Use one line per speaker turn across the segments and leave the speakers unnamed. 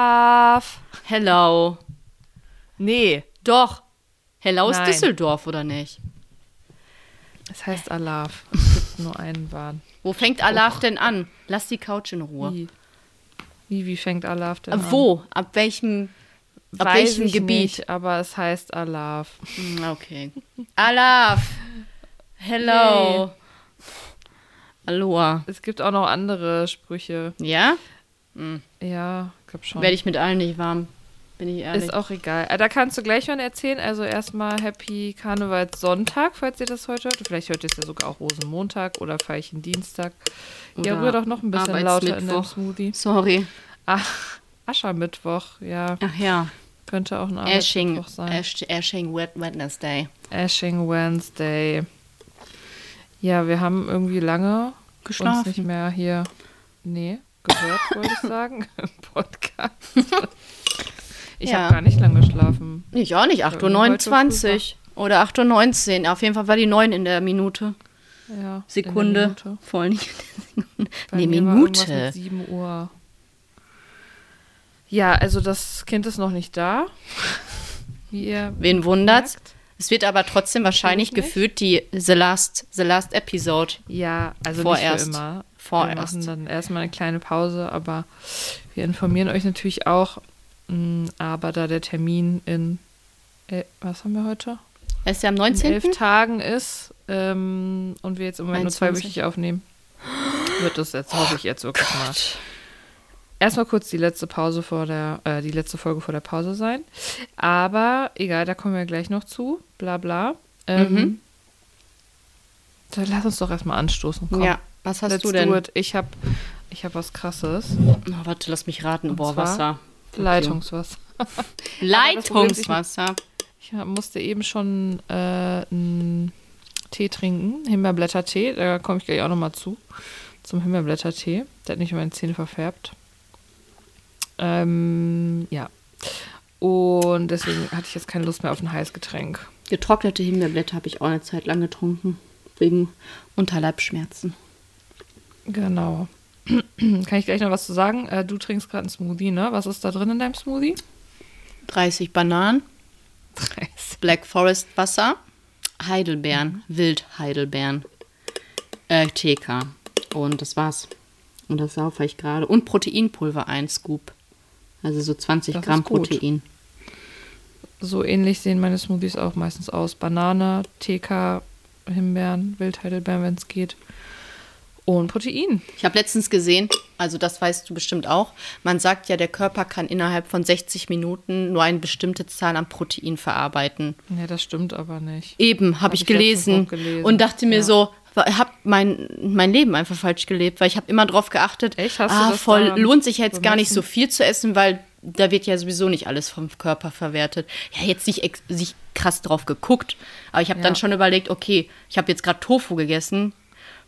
Alaf.
Hello.
Nee,
Doch. Hello ist
Nein.
Düsseldorf, oder nicht?
es heißt Alaf. Es gibt nur einen Bahn.
Wo fängt Alaf
Oh.
denn an? Lass die Couch in Ruhe.
Wie, wie, wie fängt Alaf denn
Ab
an?
Wo? Ab welchem, ab
Weiß
welchem
ich
Gebiet?
Nicht, aber es heißt Alaf.
Hm, Okay. Alaf. Hello. Aloha.
Es gibt auch noch andere Sprüche.
Ja?
Ja, ich glaube schon.
Werde ich mit allen nicht warm. Bin ich ehrlich.
Oh. Ist auch egal. Ah, Da kannst du gleich mal erzählen. Also erstmal Happy Karnevalssonntag, falls ihr das heute hört. Vielleicht hört ihr es ja sogar auch Rosenmontag oder Feierchen Dienstag. ja,
Oder
rühr doch noch ein bisschen lauter in den
Arbeitsmittwoch.
Smoothie.
Sorry.
Ach, Aschermittwoch, ja.
Ach ja.
Könnte auch ein
Ashing.
Arbeitsmittwoch sein.
Ash, Ashing Wed- Wednesday.
Ashing Wednesday. Ja, wir haben irgendwie lange uns
Geschlafen.
nicht mehr hier. Nee, gehört, wollte ich sagen. Im Podcast. Ich
Ja.
habe gar nicht lange geschlafen.
Ich auch nicht. 8.29 Uhr. Oder 8.19 Uhr. Auf jeden Fall war die 9 in der Minute.
Ja, In der
Sekunde.
Minute.
Voll nicht in der Sekunde.
Bei
nee,
mir war irgendwas
Minute.
Mit 7 Uhr. Ja, also das Kind ist noch nicht da. Wie ihr
Wen wundert's?
merkt.
Es wird aber trotzdem wahrscheinlich
Natürlich
gefühlt die The Last, the last Episode.
Ja, also
Vorerst.
nicht für immer.
Vorerst.
Wir machen dann erstmal eine kleine Pause, aber wir informieren euch natürlich auch. Mm, Aber da der Termin in, äh, was haben wir heute?
Er ist ja am
In
19.
elf Tagen ist ähm, und wir jetzt im Moment nur
21.
zweiwöchig aufnehmen, wird das jetzt, hoffe ich jetzt wirklich mal. Erstmal kurz die letzte Pause vor der, äh, die letzte Folge vor der Pause sein. Aber egal, da kommen wir gleich noch zu. Bla bla. Ähm, Dann lass uns doch erstmal anstoßen. Komm.
Ja, was hast
Let's
du denn?
do it. Ich habe ich hab was krasses.
Oh, warte, lass mich raten.
Und
Boah,
zwar
Wasser.
Leitungswasser.
Leitungswasser.
Ich hab- musste eben schon äh, einen Tee trinken, Himbeerblättertee. Da komme ich gleich auch nochmal zu. Zum Himbeerblättertee. Der hat nicht meine Zähne verfärbt. Ähm, ja. Und deswegen hatte ich jetzt keine Lust mehr auf ein heißes Getränk.
Getrocknete Himbeerblätter habe ich auch eine Zeit lang getrunken. Wegen Unterleibschmerzen.
Genau. Kann ich gleich noch was zu sagen? Äh, du trinkst gerade einen Smoothie, ne? Was ist da drin in deinem Smoothie?
30 Bananen,
30.
Black Forest Wasser, Mhm. Heidelbeeren, Wildheidelbeeren, äh, TK. Und das war's. Und das saufe ich gerade. Und Proteinpulver, ein Scoop. Also so 20
Das ist
Gramm
gut.
Protein.
So ähnlich sehen meine Smoothies auch meistens aus. Banane, TK, Himbeeren, Wildheidelbeeren, wenn es geht. Und Protein.
Ich habe letztens gesehen, also das weißt du bestimmt auch, man sagt ja, der Körper kann innerhalb von 60 Minuten nur eine bestimmte Zahl an Protein verarbeiten.
Ja, das stimmt aber nicht.
Eben, habe
Hab
ich,
ich letztens
gelesen,
auch gelesen,
und dachte mir
ja.
so, habe mein, mein Leben einfach falsch gelebt, weil ich habe immer drauf geachtet,
Echt? Hast du
ah,
das
voll,
daran
lohnt sich jetzt gar nicht so
bemessen?
viel zu essen, weil da wird ja sowieso nicht alles vom Körper verwertet. Ja, jetzt nicht, ex nicht krass drauf geguckt, aber ich habe
Ja.
dann schon überlegt, okay, ich habe jetzt gerade Tofu gegessen,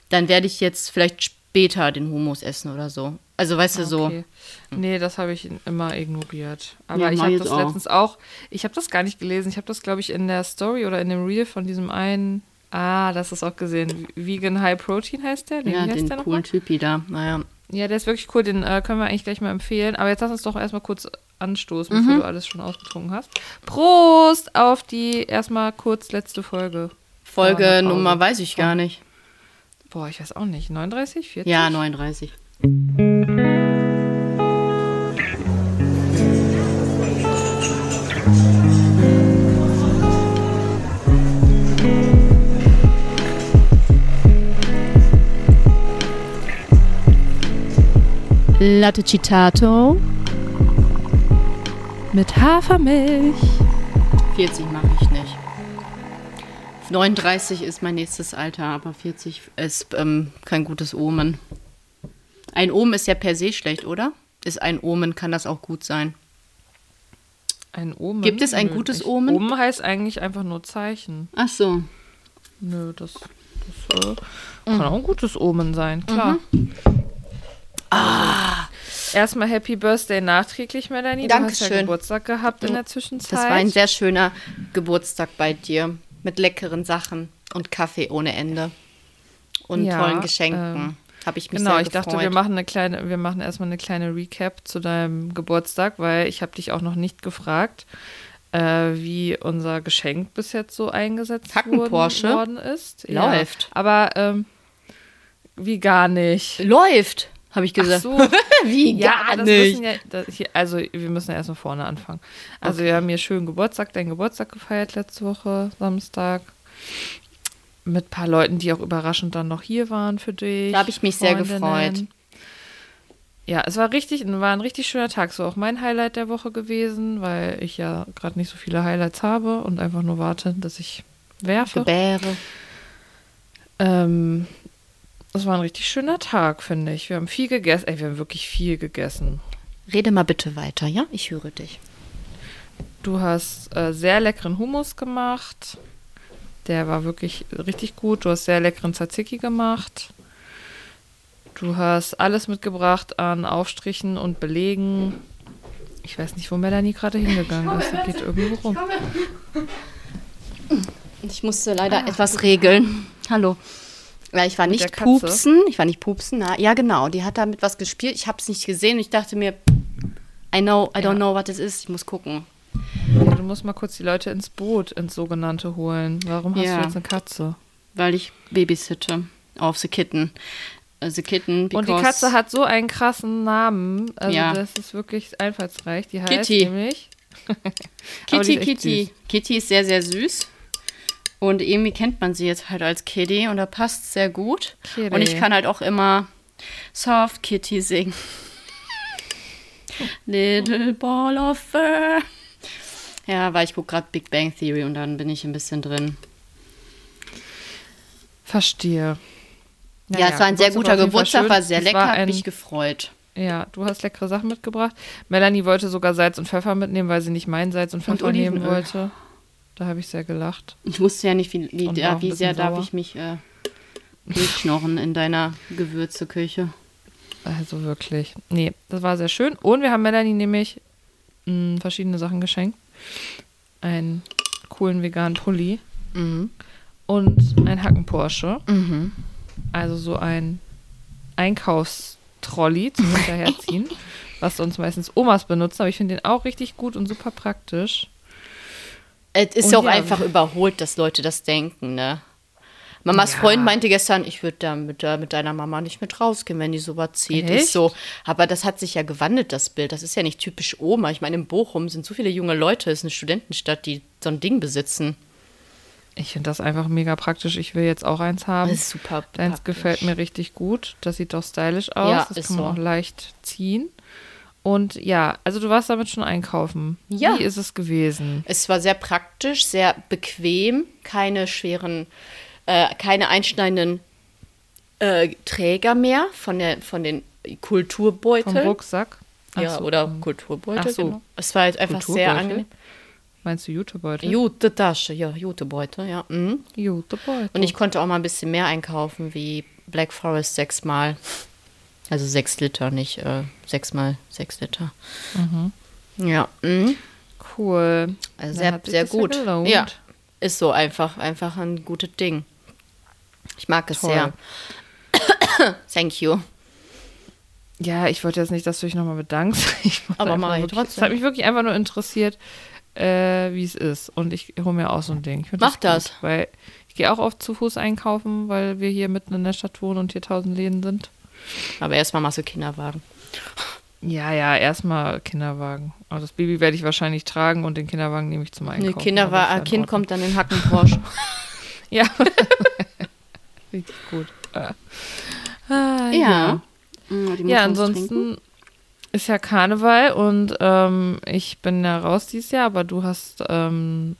dann werde ich jetzt vielleicht später den Hummus essen oder so. Also weißt du so,
Ah, Okay. Nee, das habe ich immer ignoriert. Aber
Ja,
ich
mach
habe
ich
das
auch.
letztens auch, ich habe das gar nicht gelesen. Ich habe das, glaube ich, in der Story oder in dem Reel von diesem einen, ah, das ist auch gesehen. Vegan High Protein heißt der? Nee,
ja,
wie heißt
den
der Oh, nochmal?
coolen Typi da, naja.
Ja, der ist wirklich cool, den äh, können wir eigentlich gleich mal empfehlen. Aber jetzt lass uns doch erstmal kurz anstoßen,
Mhm.
bevor du alles schon ausgetrunken hast. Prost auf die erstmal kurz letzte Folge. Vor einer
Folge
Pause.
Nummer weiß ich gar nicht.
Boah, ich weiß auch nicht. 39, 40?
Ja, 39. Latte Citato.
Mit Hafermilch.
40 mache ich nicht. 39 ist mein nächstes Alter, aber 40 ist ähm, kein gutes Omen. Ein Omen ist ja per se schlecht, oder? Ist ein Omen, kann das auch gut sein.
Ein Omen.
Gibt es ein
Nö,
gutes
ich,
Omen?
Omen heißt eigentlich einfach nur Zeichen.
Ach so.
Nö, das, das äh,
Mhm.
kann auch ein gutes Omen sein, klar.
Ah.
Also, erstmal Happy Birthday nachträglich, Melanie. Du hast ja
Dankeschön.
Geburtstag gehabt in der Zwischenzeit.
Das war ein sehr schöner Geburtstag bei dir. Mit leckeren Sachen und Kaffee ohne Ende. Und
Ja,
tollen Geschenken.
ähm,
Habe ich mich
Genau,
sehr
ich
gefreut.
dachte, wir machen eine kleine, wir machen erstmal eine kleine Recap zu deinem Geburtstag, weil ich habe dich auch noch nicht gefragt, äh, wie unser Geschenk bis jetzt so eingesetzt
Hacken
worden,
Porsche.
worden ist.
Läuft.
Ja, aber ähm, wie gar nicht.
Läuft, habe ich gesagt.
so.
Wie
Ja,
gar
aber das
nicht.
müssen ja, das hier, also wir müssen ja erstmal vorne anfangen. Also wir haben hier schön Geburtstag, deinen Geburtstag gefeiert letzte Woche, Samstag. Mit ein paar Leuten, die auch überraschend dann noch hier waren für dich.
Da habe ich mich sehr gefreut.
Ja, es war richtig, war ein richtig schöner Tag. So auch mein Highlight der Woche gewesen, weil ich ja gerade nicht so viele Highlights habe und einfach nur warte, dass ich werfe.
Gebäre.
Ähm, es war ein richtig schöner Tag, finde ich. Wir haben viel gegessen. Ey, wir haben wirklich viel gegessen.
Rede mal bitte weiter, ja? Ich höre dich.
Du hast äh, sehr leckeren Hummus gemacht. Der war wirklich richtig gut. Du hast sehr leckeren Tzatziki gemacht. Du hast alles mitgebracht an Aufstrichen und Belegen. Ich weiß nicht, wo Melanie gerade hingegangen ist. Sie geht irgendwo rum.
Ich musste leider etwas regeln. Hallo. Ja, ich war
Ah, der
nicht
Katze?
pupsen. Ich war nicht pupsen. Na, ja, genau. Die hat damit was gespielt. Ich habe es nicht gesehen. und Ich dachte mir, I know, I don't know, was es ist. Ich muss gucken.
Ja, du musst mal kurz die Leute ins Boot, ins sogenannte holen. Warum hast
Ja.
du jetzt eine Katze?
Weil ich babysitte auf the kitten. Äh, The kitten, because
Und die Katze hat so einen krassen Namen. Also
Ja.
das ist wirklich einfallsreich. Die heißt
Kitty.
nämlich. Aber die
Kitty,
ist echt
Kitty.
süß.
Kitty ist sehr, sehr süß. Und irgendwie kennt man sie jetzt halt als Kitty und da passt sehr gut.
Kitty.
Und ich kann halt auch immer Soft Kitty singen. Little Ball of Fur. Ja, weil ich gucke gerade Big Bang Theory und dann bin ich ein bisschen drin.
Verstehe.
Ja,
Naja,
es war ein sehr guter
auf jeden Fall
Geburtstag,
schön.
war sehr
Es
lecker,
war
hab
ein-
mich gefreut.
Ja, du hast leckere Sachen mitgebracht. Melanie wollte sogar Salz und Pfeffer mitnehmen, weil sie nicht mein Salz und Pfeffer nehmen
Olivenöl.
wollte. Da habe ich sehr gelacht.
Ich wusste ja nicht, wie, wie,
Und war auch
ja,
ein
wie
bisschen
sehr darf
sauer.
ich mich äh, durchknochen in deiner Gewürzeküche.
Also wirklich. Nee, das war sehr schön. Und wir haben Melanie nämlich mh, verschiedene Sachen geschenkt. Einen coolen veganen Pulli und ein Hacken-Porsche. Also so ein Einkaufstrolley zum Hinterherziehen, was sonst meistens Omas benutzen. Aber ich finde den auch richtig gut und super praktisch.
Es ist
Und
ja auch
ja.
einfach überholt, dass Leute das denken, ne? Mamas
Ja.
Freund meinte gestern, ich würde da mit, der- mit deiner Mama nicht mit rausgehen, wenn die sowas zieht.
Echt?
Ist so. Aber das hat sich ja gewandelt, das Bild. Das ist ja nicht typisch Oma. Ich meine, in Bochum sind so viele junge Leute, ist eine Studentenstadt, die so ein Ding besitzen.
Ich finde das einfach mega praktisch. Ich will jetzt auch eins haben.
Das ist super
Deins
praktisch.
gefällt mir richtig gut. Das sieht doch stylisch aus.
Ja,
das
ist
kann man
so.
auch leicht ziehen. Und ja, also du warst damit schon einkaufen.
Ja.
Wie ist es gewesen?
Es war sehr praktisch, sehr bequem, keine schweren, äh, keine einschneidenden äh, Träger mehr von, der, von den
Vom
Kulturbeuteln.
Rucksack? Ach
ja,
so,
oder
ähm,
Kulturbeutel.
Ach so.
Genau. Es war halt einfach sehr
Kulturbeutel?
angenehm.
Meinst du Jutebeutel?
Jute Tasche, ja, Jutebeutel, ja. Mhm.
Jutebeutel.
Und ich konnte auch mal ein bisschen mehr einkaufen, wie Black Forest sechsmal. Also sechs Liter, nicht äh, sechsmal sechs Liter. Ja, mhm.
cool. Dann
also sehr,
hat sich
sehr
das ja
gut.
gelohnt.
Ja, ist so einfach, einfach ein gutes Ding. Ich mag es
Toll.
sehr. Thank you.
Ja, ich wollte jetzt nicht, dass du dich nochmal bedankst. Ich wollte
Aber
einfach
mach ich
wirklich,
trotzdem.
Es hat mich wirklich einfach nur interessiert, äh, wie es ist. Und ich hole mir auch so ein Ding. Ich find
Mach das.
Gut, weil ich gehe auch oft zu Fuß einkaufen, weil wir hier mitten in der Stadt wohnen und hier tausend Läden sind.
Aber erstmal machst du Kinderwagen.
Ja, ja, erstmal Kinderwagen. Aber das Baby werde ich wahrscheinlich tragen und den Kinderwagen nehme ich zum
Ne,
Einkaufen.
Kinderwa-
Aber ist ja in
Kind
Ordnung.
kommt dann in Hacken Porsche.
Ja. Richtig gut. Ah. Ah,
ja. Die
Ja, ansonsten ist ja Karneval und ähm, ich bin ja raus dieses Jahr, aber du hast ähm,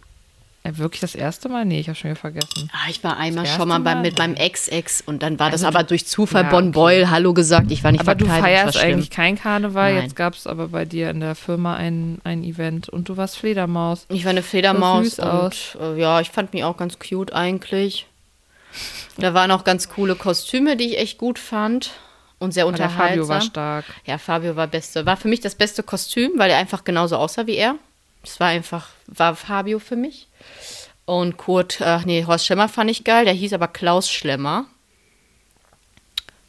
äh, wirklich das erste Mal? Nee, ich habe schon wieder vergessen.
Ah, ich war einmal
Das
schon mal,
erste
beim-
Mal?
mit meinem Ex-Ex und dann war das
Also du-
aber durch Zufall
Ja,
Bonn
okay.
Beul Hallo gesagt. Ich war nicht
Aber du
verkleidet,
feierst
war schlimm.
eigentlich kein Karneval.
Nein.
Jetzt gab es aber bei dir in der Firma ein, ein Event und du warst Fledermaus.
Ich war eine Fledermaus
süß aus.
und äh, ja, ich fand mich auch ganz cute eigentlich. Da waren auch ganz coole Kostüme, die ich echt gut fand und sehr
Aber der Fabio war
unterhaltsam.
stark.
ja, Fabio war beste, war für mich das beste Kostüm, weil er einfach genauso aussah wie er. Es war einfach war Fabio für mich. Und äh, Kurt, ach nee, Horst Schlemmer fand ich geil. Der hieß aber Klaus Schlemmer.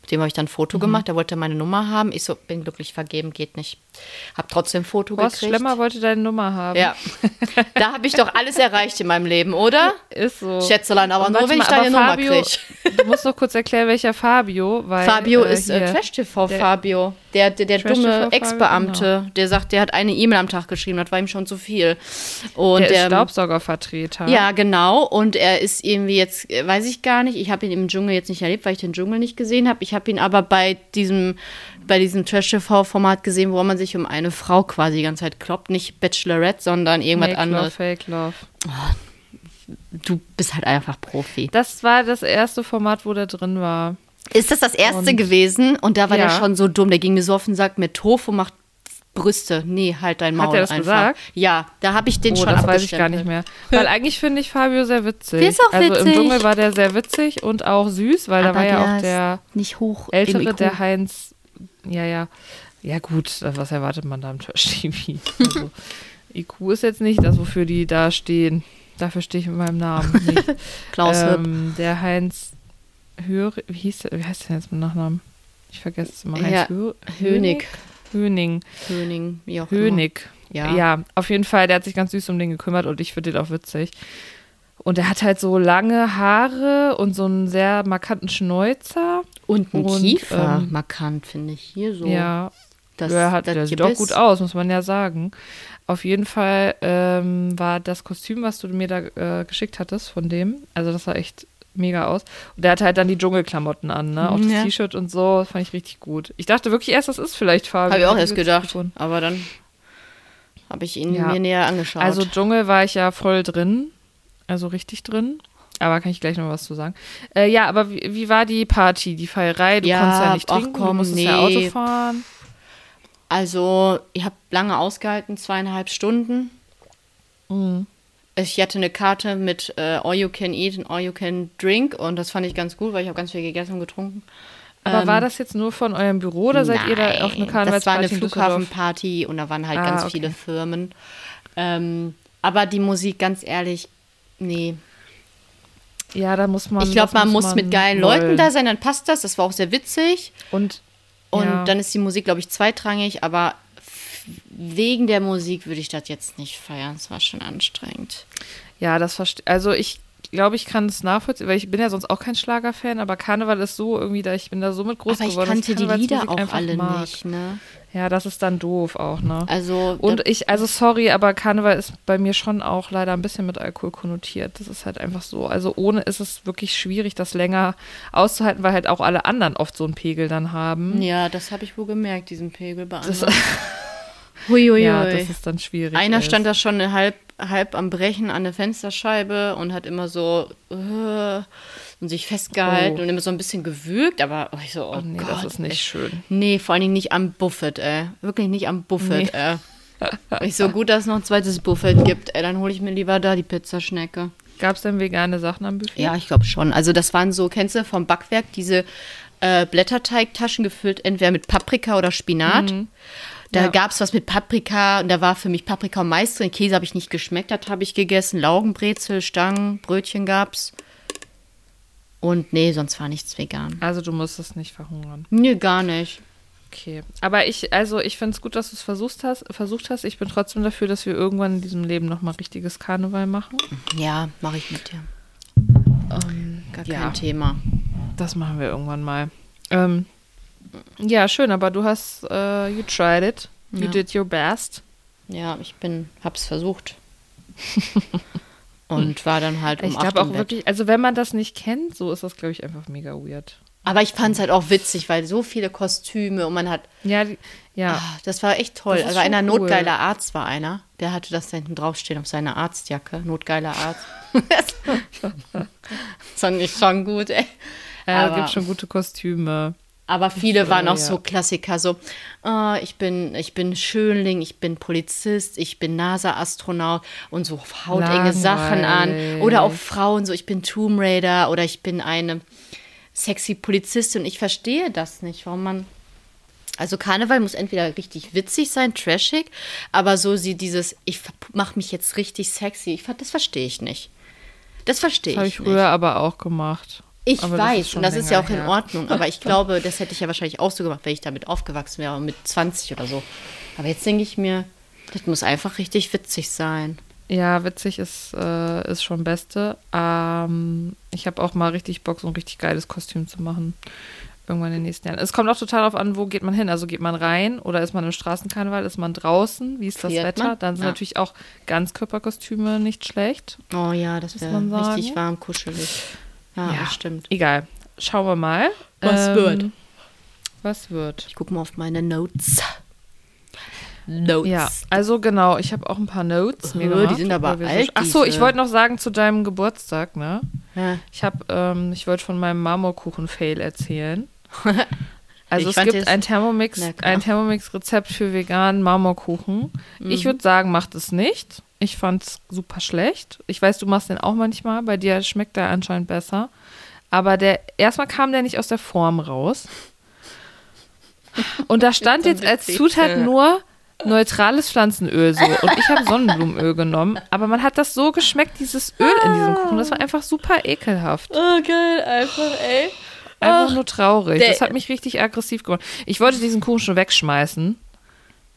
Mit dem habe ich dann ein
Mhm.
Foto gemacht. Der wollte meine Nummer haben. Ich so, bin glücklich vergeben, geht nicht. Hab trotzdem ein Foto
Horst
gekriegt.
Schlemmer wollte deine Nummer haben.
Ja. da habe ich doch alles erreicht in meinem Leben, oder?
Ist so.
Schätzelein, aber
Und
nur,
warte
wenn
mal,
ich deine
aber
Nummer kriege.
Du musst noch kurz erklären, welcher Fabio, weil.
Fabio
äh,
ist äh,
hier- der-
Trash-TV-Fabio. Der, der, der,
Trash-TV
dumme
Fabio, genau.
Ex-Beamte, der sagt, der hat eine E-Mail am Tag geschrieben, das war ihm schon zu viel. Und
Der ist
ähm,
Staubsaugervertreter.
Ja, genau. Und er ist irgendwie jetzt, äh, weiß ich gar nicht, ich habe ihn im Dschungel jetzt nicht erlebt, weil ich den Dschungel nicht gesehen habe. Ich habe ihn aber bei diesem, bei diesem Trash-TV-Format gesehen, wo man sich um eine Frau quasi die ganze Zeit kloppt. Nicht Bachelorette, sondern irgendwas
Make Love,
anderes.
Fake Love.
Du bist halt einfach Profi.
Das war das erste Format, wo der drin war.
Ist das das erste gewesen? Und da war
Ja.
der schon so dumm. Der ging mir so auf den Sack mit Tofu macht Brüste. Nee, halt dein Maul
er das
einfach.
gesagt?
Ja, da habe ich den
Oh,
schon
das weiß ich gar
abgestempelt.
nicht mehr. Weil eigentlich finde ich Fabio sehr witzig.
Der ist auch
also im
witzig.
Dschungel war der sehr witzig und auch süß, weil
Aber
da war ja auch
ist
der
nicht hoch im
Ältere,
IQ.
der Heinz. Ja, ja. Ja, gut, was erwartet man da im Trash-TV? Also, IQ ist jetzt nicht das, wofür die da stehen. Dafür stehe ich mit meinem Namen nicht.
Klaus Hipp.
ähm, der Heinz Hörig, wie, hieß der, wie heißt der jetzt mit Nachnamen? Ich vergesse es immer. Heinz
Ja,
Hö-
Hönig. Genau.
Hönig.
Höning, wie auch immer.
Hönig.
Ja.
auf jeden Fall. Der hat sich ganz süß um den gekümmert und ich finde den auch witzig. Und er hat halt so lange Haare und so einen sehr markanten Schnäuzer.
Und ein
Und,
Kiefer,
ähm,
markant, finde ich. Hier so.
Ja,
das,
ja, hat,
das
der sieht auch
Gebiss.
gut aus, muss man ja sagen. Auf jeden Fall ähm, war das Kostüm, was du mir da äh, geschickt hattest von dem, also das sah echt mega aus. Und der hatte halt dann die Dschungelklamotten an, ne? Auch das
Ja.
T-Shirt und so, das fand ich richtig gut. Ich dachte wirklich erst, das ist vielleicht Fabio.
Habe ich auch
hab
erst
witzig
gedacht.
gefunden.
Aber dann habe ich ihn
Ja.
mir näher angeschaut.
Also Dschungel war ich ja voll drin, also richtig drin. Aber kann ich gleich noch was zu sagen. Äh, ja, aber wie, wie war die Party, die Feierei? Du
Ja,
konntest ja nicht
ach
trinken, du
komm,
musstest ja
nee.
Auto fahren.
Also, ich habe lange ausgehalten, zweieinhalb Stunden.
Mhm.
Ich hatte eine Karte mit äh, All You Can Eat und All You Can Drink und das fand ich ganz gut, weil ich habe ganz viel gegessen und getrunken.
Aber war das jetzt nur von eurem Büro oder seid ihr da auf eine
Ähm, Nein, Das war
Karnevalsparty
eine
in Düsseldorf?
Flughafenparty und da waren halt
Ah,
ganz
okay.
viele Firmen. Ähm, aber die Musik, ganz ehrlich, nee.
Ja, da muss man.
Ich glaube,
das
man muss mit geilen
wollen.
Leuten da sein, dann passt das. Das war auch sehr witzig.
Und,
Und
ja.
dann ist die Musik, glaube ich, zweitrangig, aber f- wegen der Musik würde ich das jetzt nicht feiern. Es war schon anstrengend.
Ja, das verstehe. Also ich glaube, ich kann es nachvollziehen, weil ich bin ja sonst auch kein Schlagerfan, aber Karneval ist so irgendwie da, ich bin da so mit groß
aber ich
geworden. dass
kannte die Lieder
Karnevalsmusik
auch
einfach
alle
mag.
nicht, ne?
Ja, das ist dann doof auch, ne?
Also
Und
da-
ich, also sorry, aber Karneval ist bei mir schon auch leider ein bisschen mit Alkohol konnotiert. Das ist halt einfach so. Also ohne ist es wirklich schwierig, das länger auszuhalten, weil halt auch alle anderen oft so einen Pegel dann haben.
Mhm. ja, das habe ich wohl gemerkt, diesen Pegel bei
Das-
anderen. Huiuiui.
Ja, das ist dann schwierig.
Einer
ist.
stand da schon halb, halb am Brechen an der Fensterscheibe und hat immer so äh, und sich festgehalten
Oh.
und immer so ein bisschen gewürgt, aber ich so, oh,
Oh nee,
Gott,
das ist nicht
ey.
schön.
Nee, vor allen Dingen nicht am Buffet, ey. Wirklich nicht am Buffet, ey. Ich so gut, dass es noch ein zweites Buffet gibt, ey, dann hole ich mir lieber da die Pizzaschnecke.
Gab es denn vegane Sachen am Buffet?
Ja, ich glaube schon. Also das waren so, kennst du vom Backwerk diese äh, Blätterteigtaschen gefüllt, entweder mit Paprika oder Spinat. Da
Ja.
gab's was mit Paprika und da war für mich Paprika und Mais drin. Käse habe ich nicht geschmeckt, das habe ich gegessen. Laugenbrezel, Stangen, Brötchen gab's. Und nee, sonst war nichts vegan.
Also du musst es nicht verhungern.
Nee, gar nicht.
Okay. Aber ich, also ich finde es gut, dass du es versucht hast, versucht hast. Ich bin trotzdem dafür, dass wir irgendwann in diesem Leben nochmal richtiges Karneval machen.
Ja, mache ich mit dir. Oh, Gar
ja.
kein Thema.
Das machen wir irgendwann mal. Ähm, ja, schön, aber du hast, äh, you tried it. You
Ja.
did your best.
Ja, ich bin, hab's versucht. und war dann halt um
Ich
acht
glaube
im
auch
Bett.
wirklich, also wenn man das nicht kennt, so ist das, glaube ich, einfach mega weird.
Aber ich fand es halt auch witzig, weil so viele Kostüme und man hat,
Ja, die- ja.
ah, das war echt toll.
Das ist
Also
schon
einer
cool.
notgeiler Arzt war einer, der hatte das da hinten draufstehen auf seiner Arztjacke. Notgeiler Arzt. das fand ich schon gut, ey.
Äh,
aber-
gibt schon gute Kostüme.
Aber viele waren auch
ja.
so Klassiker, so ah, ich bin ich bin Schönling, ich bin Polizist, ich bin NASA-Astronaut und so hautenge Sachen an. Oder auch Frauen, so ich bin Tomb Raider oder ich bin eine sexy Polizistin. Ich verstehe das nicht, warum man also Karneval muss entweder richtig witzig sein, trashig, aber so sie dieses ich mache mich jetzt richtig sexy. Ich ver- das verstehe ich nicht. Das verstehe
Das habe
ich,
ich
nicht.
früher aber auch gemacht.
Ich
Aber das ist
weiß,
schon
und das ist ja
länger
auch in
her.
Ordnung, aber ich glaube, das hätte ich ja wahrscheinlich auch so gemacht, wenn ich damit aufgewachsen wäre, mit 20 oder so. Aber jetzt denke ich mir, das muss einfach richtig witzig sein.
Ja, witzig ist, äh, ist schon Beste. Ähm, ich habe auch mal richtig Bock, so ein richtig geiles Kostüm zu machen. Irgendwann in den nächsten Jahren. Es kommt auch total darauf an, wo geht man hin. Also geht man rein oder ist man im Straßenkarneval, ist man draußen, wie ist das
Friert
Wetter?
man?
Dann sind
Ja.
natürlich auch Ganzkörperkostüme nicht schlecht.
Oh ja, das wäre
man sagen.
richtig warm, kuschelig. Ja,
Ja.
Ah, das stimmt.
Egal. Schauen wir mal. Ähm,
Was wird?
Was wird?
Ich gucke mal auf meine Notes. Notes.
Ja, also genau, ich habe auch ein paar Notes.
Oh,
Mir
die
gemacht,
sind aber
weil wir so-
alt,
Ach so, ich
diese.
wollte noch sagen zu deinem Geburtstag, ne?
Ja.
Ich habe, ähm, ich wollte von meinem Marmorkuchen-Fail erzählen. Also
Ich
es
fand
gibt
es
ein Thermomix,
lecker.
ein Thermomix-Rezept für veganen Marmorkuchen.
Mhm.
Ich würde sagen, macht es nicht. Ich fand's super schlecht. Ich weiß, du machst den auch manchmal. Bei dir schmeckt der anscheinend besser. Aber der erstmal kam der nicht aus der Form raus. Und da stand jetzt als
witzig.
Zutat nur neutrales Pflanzenöl so. Und ich habe Sonnenblumenöl genommen. Aber man hat das so geschmeckt, dieses Öl in diesem Kuchen. Das war einfach super ekelhaft.
Oh, geil, einfach, ey.
Einfach nur traurig.
der-
Das hat mich richtig aggressiv gemacht. Ich wollte diesen Kuchen schon wegschmeißen.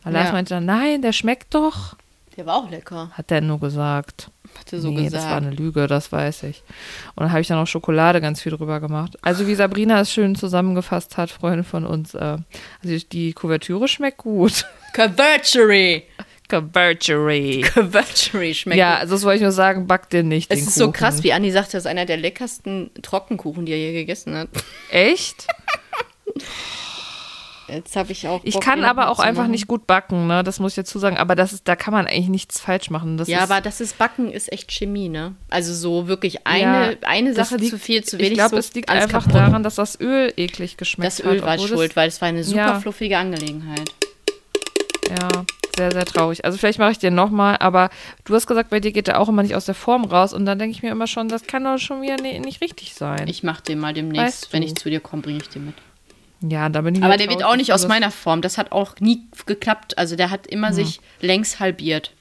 Alas
Ja.
meinte dann, nein, der schmeckt doch.
Der war auch lecker,
Hat der nur gesagt.
hatte so
nee,
gesagt.
das war eine Lüge, das weiß ich. Und dann habe ich dann auch Schokolade ganz viel drüber gemacht. Also wie Sabrina es schön zusammengefasst hat, Freunde von uns, äh, also die Kuvertüre schmeckt gut.
Kavachery.
Kuvertüre.
Kavachery schmeckt
Ja, also das wollte ich nur sagen, backt dir nicht
Es
den
ist
Kuchen.
so krass, wie Anni sagt, das ist einer der leckersten Trockenkuchen, die er je gegessen hat.
Echt?
Jetzt habe ich auch.
Ich
Bock,
kann
den
aber
noch
auch einfach
mitzumachen.
nicht gut backen, ne? Das muss ich dazu sagen. Aber das ist, da kann man eigentlich nichts falsch machen. Das
Ja,
ist,
aber das ist Backen ist echt Chemie, ne? Also so wirklich eine,
Ja,
eine
das
Sache
liegt-
zu viel, zu wenig.
Ich glaube,
so
es liegt
alles
einfach
kaputt.
daran, dass das Öl eklig geschmeckt
Das
hat.
Öl war
obwohl
schuld, weil es war eine super
Ja.
fluffige Angelegenheit.
Das, ja, sehr, sehr traurig. Also vielleicht mache ich den nochmal, aber du hast gesagt, bei dir geht der auch immer nicht aus der Form raus. Und dann denke ich mir immer schon, das kann doch schon wieder ni- nicht richtig sein.
Ich mache den mal demnächst,
Weißt du.
wenn ich zu dir komme, bringe ich den mit.
ja, da bin ich
Aber
wieder
der wird
traurig,
auch nicht
dass
aus
du
meiner Form. Das hat auch nie geklappt. Also der hat immer sich längs halbiert.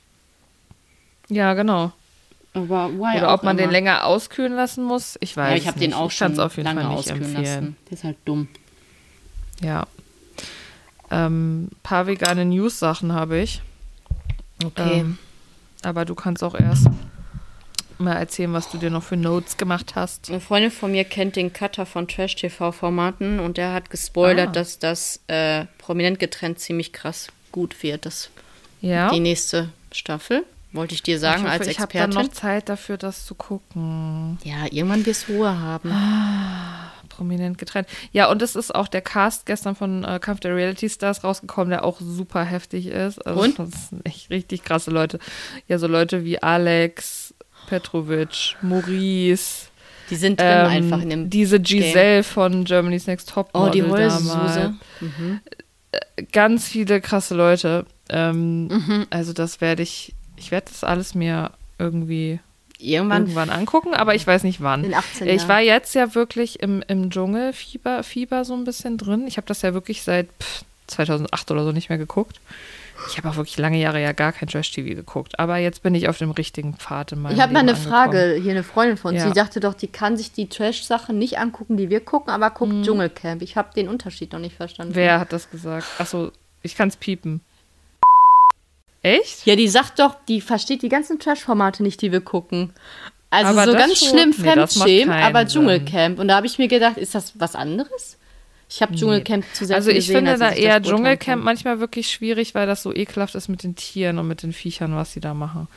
das- Ja, genau.
Aber why
Oder
auch
ob man den
immer.
länger auskühlen lassen muss, ich weiß
Ja, ich habe den
nicht.
auch
ich kann's
schon
auf jeden
lange
Fall nicht
auskühlen
empfehlen.
lassen. Der ist halt dumm.
Ja. Ähm, paar vegane News-Sachen habe ich.
Okay.
Ähm, aber du kannst auch erst mal erzählen, was du dir noch für Notes gemacht hast.
Eine Freundin von mir kennt den Cutter von Trash-TV-Formaten und der hat gespoilert,
Ah.
dass das äh, prominent getrennt ziemlich krass gut wird. Das
Ja.
die nächste Staffel, wollte ich dir sagen,
ich hoffe,
als
ich habe dann
Expertin.
noch Zeit dafür, das zu gucken.
Ja, irgendwann wirst du Ruhe haben.
Prominent getrennt. Ja, und es ist auch der Cast gestern von äh, Kampf der Reality Stars rausgekommen, der auch super heftig ist. Also,
Und?
Das sind echt richtig krasse Leute. Ja, so Leute wie Alex, Petrovic, Maurice.
Die sind drin
ähm,
einfach in dem.
diese Giselle von Germany's Next Top
oh, die
Model
Heulsuse.
damals. Ganz viele krasse Leute. Ähm,
Mhm.
Also das werde ich, ich werde das alles mir irgendwie
Irgendwann.
irgendwann angucken, aber ich weiß nicht wann.
In 18
ich
Jahren.
war jetzt ja wirklich im, im Dschungel Fieber, Fieber so ein bisschen drin. Ich habe das ja wirklich seit pff, 2008 oder so nicht mehr geguckt. Ich habe auch wirklich lange Jahre ja gar kein Trash-TV geguckt. Aber jetzt bin ich auf dem richtigen Pfad in meinem
Ich habe mal
Leben
eine
angekommen.
Frage, hier eine Freundin von uns,
Ja.
die sagte doch, die kann sich die Trash-Sachen nicht angucken, die wir gucken, aber guckt Dschungelcamp. Ich habe den Unterschied noch nicht verstanden.
Hm. Wer hat das gesagt? Achso, ich kann es piepen. Echt?
Ja, die sagt doch, die versteht die ganzen Trash-Formate nicht, die wir gucken. Also
Aber
so
das
ganz
schon-
schlimm
nee, das macht
Fremdschämen,
keinen
aber
Sinn.
Dschungelcamp. Und da habe ich mir gedacht, ist das was anderes? Ich habe Dschungelcamp zu selten
Also ich
gesehen,
finde
als
da
ich das
eher
beurteilen
Dschungelcamp
kann.
manchmal wirklich schwierig, weil das so ekelhaft ist mit den Tieren und mit den Viechern, was sie da machen.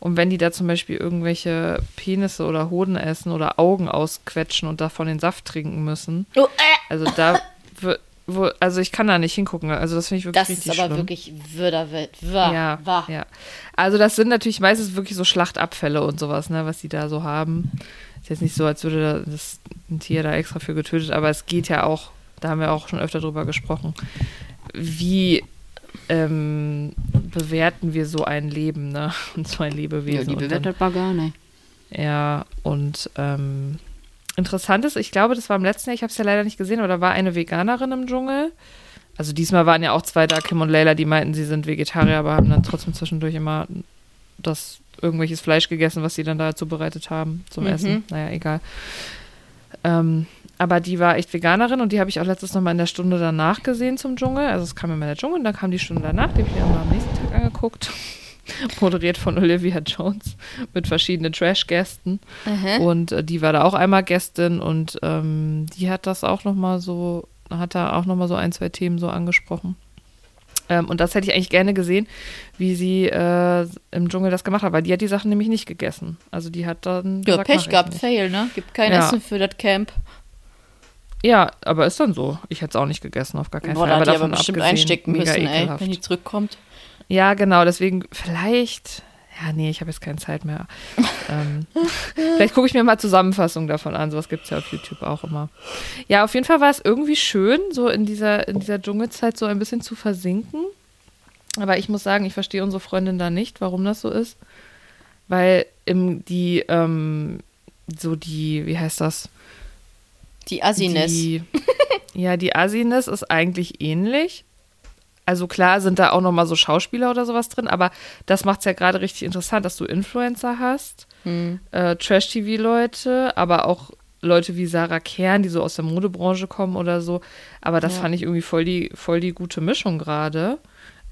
Und wenn die da zum Beispiel irgendwelche Penisse oder Hoden essen oder Augen ausquetschen und davon den Saft trinken müssen,
Oh, äh,
also da, wür- wo, also ich kann da nicht hingucken. Also das finde ich wirklich
das ist
richtig
aber
schlimm.
wirklich würder, wahr,
ja,
wahr.
ja. Also das sind natürlich meistens wirklich so Schlachtabfälle und sowas, ne, was die da so haben. Ist jetzt nicht so, als würde da das ein Tier da extra für getötet, aber es geht ja auch, da haben wir auch schon öfter drüber gesprochen, wie ähm, bewerten wir so ein Leben, ne? Und so ein Lebewesen. und dann-
man gar nicht.
ja, und ähm, interessant ist, ich glaube, das war im letzten Jahr, ich habe es ja leider nicht gesehen, aber da war eine Veganerin im Dschungel. Also diesmal waren ja auch zwei da, Kim und Leila, die meinten, sie sind Vegetarier, aber haben dann trotzdem zwischendurch immer das irgendwelches Fleisch gegessen, was sie dann da zubereitet haben zum Essen. Naja, egal. Ähm, aber die war echt Veganerin und die habe ich auch letztes nochmal in der Stunde danach gesehen zum Dschungel. Also es kam immer der Dschungel und dann kam die Stunde danach, die habe ich mir immer am nächsten Tag angeguckt. Moderiert von Olivia Jones mit verschiedenen Trash-Gästen.
Aha.
Und äh, die war da auch einmal Gästin und ähm, die hat das auch nochmal so, hat da auch nochmal so ein, zwei Themen so angesprochen. Ähm, und das hätte ich eigentlich gerne gesehen, wie sie äh, im Dschungel das gemacht hat, weil die hat die Sachen nämlich nicht gegessen. Also die hat dann.
Ja,
gesagt, mach
Pech
ich
gehabt,
nicht.
fail, ne? Gibt kein
Ja.
Essen für das Camp.
Ja, aber ist dann so. Ich hätte es auch nicht gegessen, auf gar keinen
Boah,
Fall.
da
Aber
hat die aber
davon
bestimmt
abgesehen,
einstecken
mega
müssen, ey,
ekelhaft.
wenn die zurückkommt.
Ja, genau, deswegen vielleicht. Ja, nee, ich habe jetzt keine Zeit mehr. ähm, vielleicht gucke ich mir mal Zusammenfassungen davon an. Sowas gibt es ja auf YouTube auch immer. Ja, auf jeden Fall war es irgendwie schön, so in dieser, in dieser Dschungelzeit so ein bisschen zu versinken. Aber ich muss sagen, ich verstehe unsere Freundin da nicht, warum das so ist. Weil im, die, ähm, so die, wie heißt das?
Die Assiness.
Die, ja, die Asiness ist eigentlich ähnlich. Also klar sind da auch noch mal so Schauspieler oder sowas drin, aber das macht es ja gerade richtig interessant, dass du Influencer hast,
Hm.
äh, Trash-TV-Leute, aber auch Leute wie Sarah Kern, die so aus der Modebranche kommen oder so. Aber das fand ich irgendwie voll die, voll die gute Mischung gerade.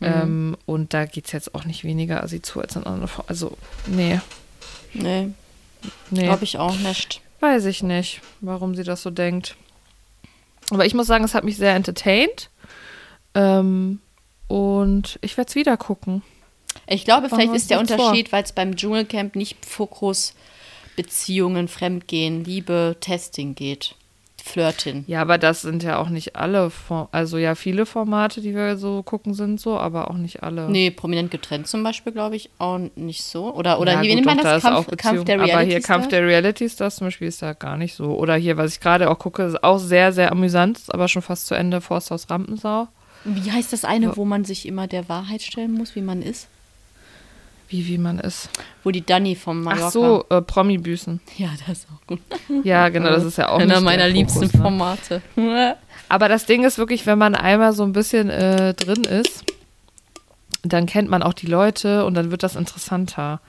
Mhm.
Ähm, und da geht es jetzt auch nicht weniger Assi zu als in anderen. Fo- Also, nee,
Nee,
nee.
glaube ich auch nicht.
Weiß ich nicht, warum sie das so denkt. Aber ich muss sagen, es hat mich sehr entertained. Ähm, und ich werde es wieder gucken.
Ich glaube,
Machen wir
vielleicht
uns
ist der
nichts vor.
Unterschied, weil es beim Dschungelcamp nicht Fokus Beziehungen, Fremdgehen, Liebe, Testing geht. Flirten.
Ja, aber das sind ja auch nicht alle, Form also ja, viele Formate, die wir so gucken, sind so, aber auch nicht alle.
Nee, prominent getrennt zum Beispiel, glaube ich, auch nicht so. Oder, oder
Ja,
hier, wie
gut,
nennt man
doch, da
das?
ist
Kampf,
auch
Kampf
Beziehung.
der Reality
Aber hier Kampf
Stars?
der Reality Stars zum Beispiel ist da gar nicht so. Oder hier, was ich gerade auch gucke, ist auch sehr, sehr amüsant, ist aber schon fast zu Ende, Forsthaus Rampensau.
Wie heißt das eine, wo man sich immer der Wahrheit stellen muss, wie man ist?
Wie, wie man ist.
Wo die Dani vom Mallorca...
Ach so, äh, Promi-Büßen.
Ja, das ist auch gut.
Ja, genau, das ist ja auch
Einer
nicht
meiner
der Fokus,
liebsten
ne?
Formate.
Aber das Ding ist wirklich, wenn man einmal so ein bisschen äh, drin ist, dann kennt man auch die Leute und dann wird das interessanter.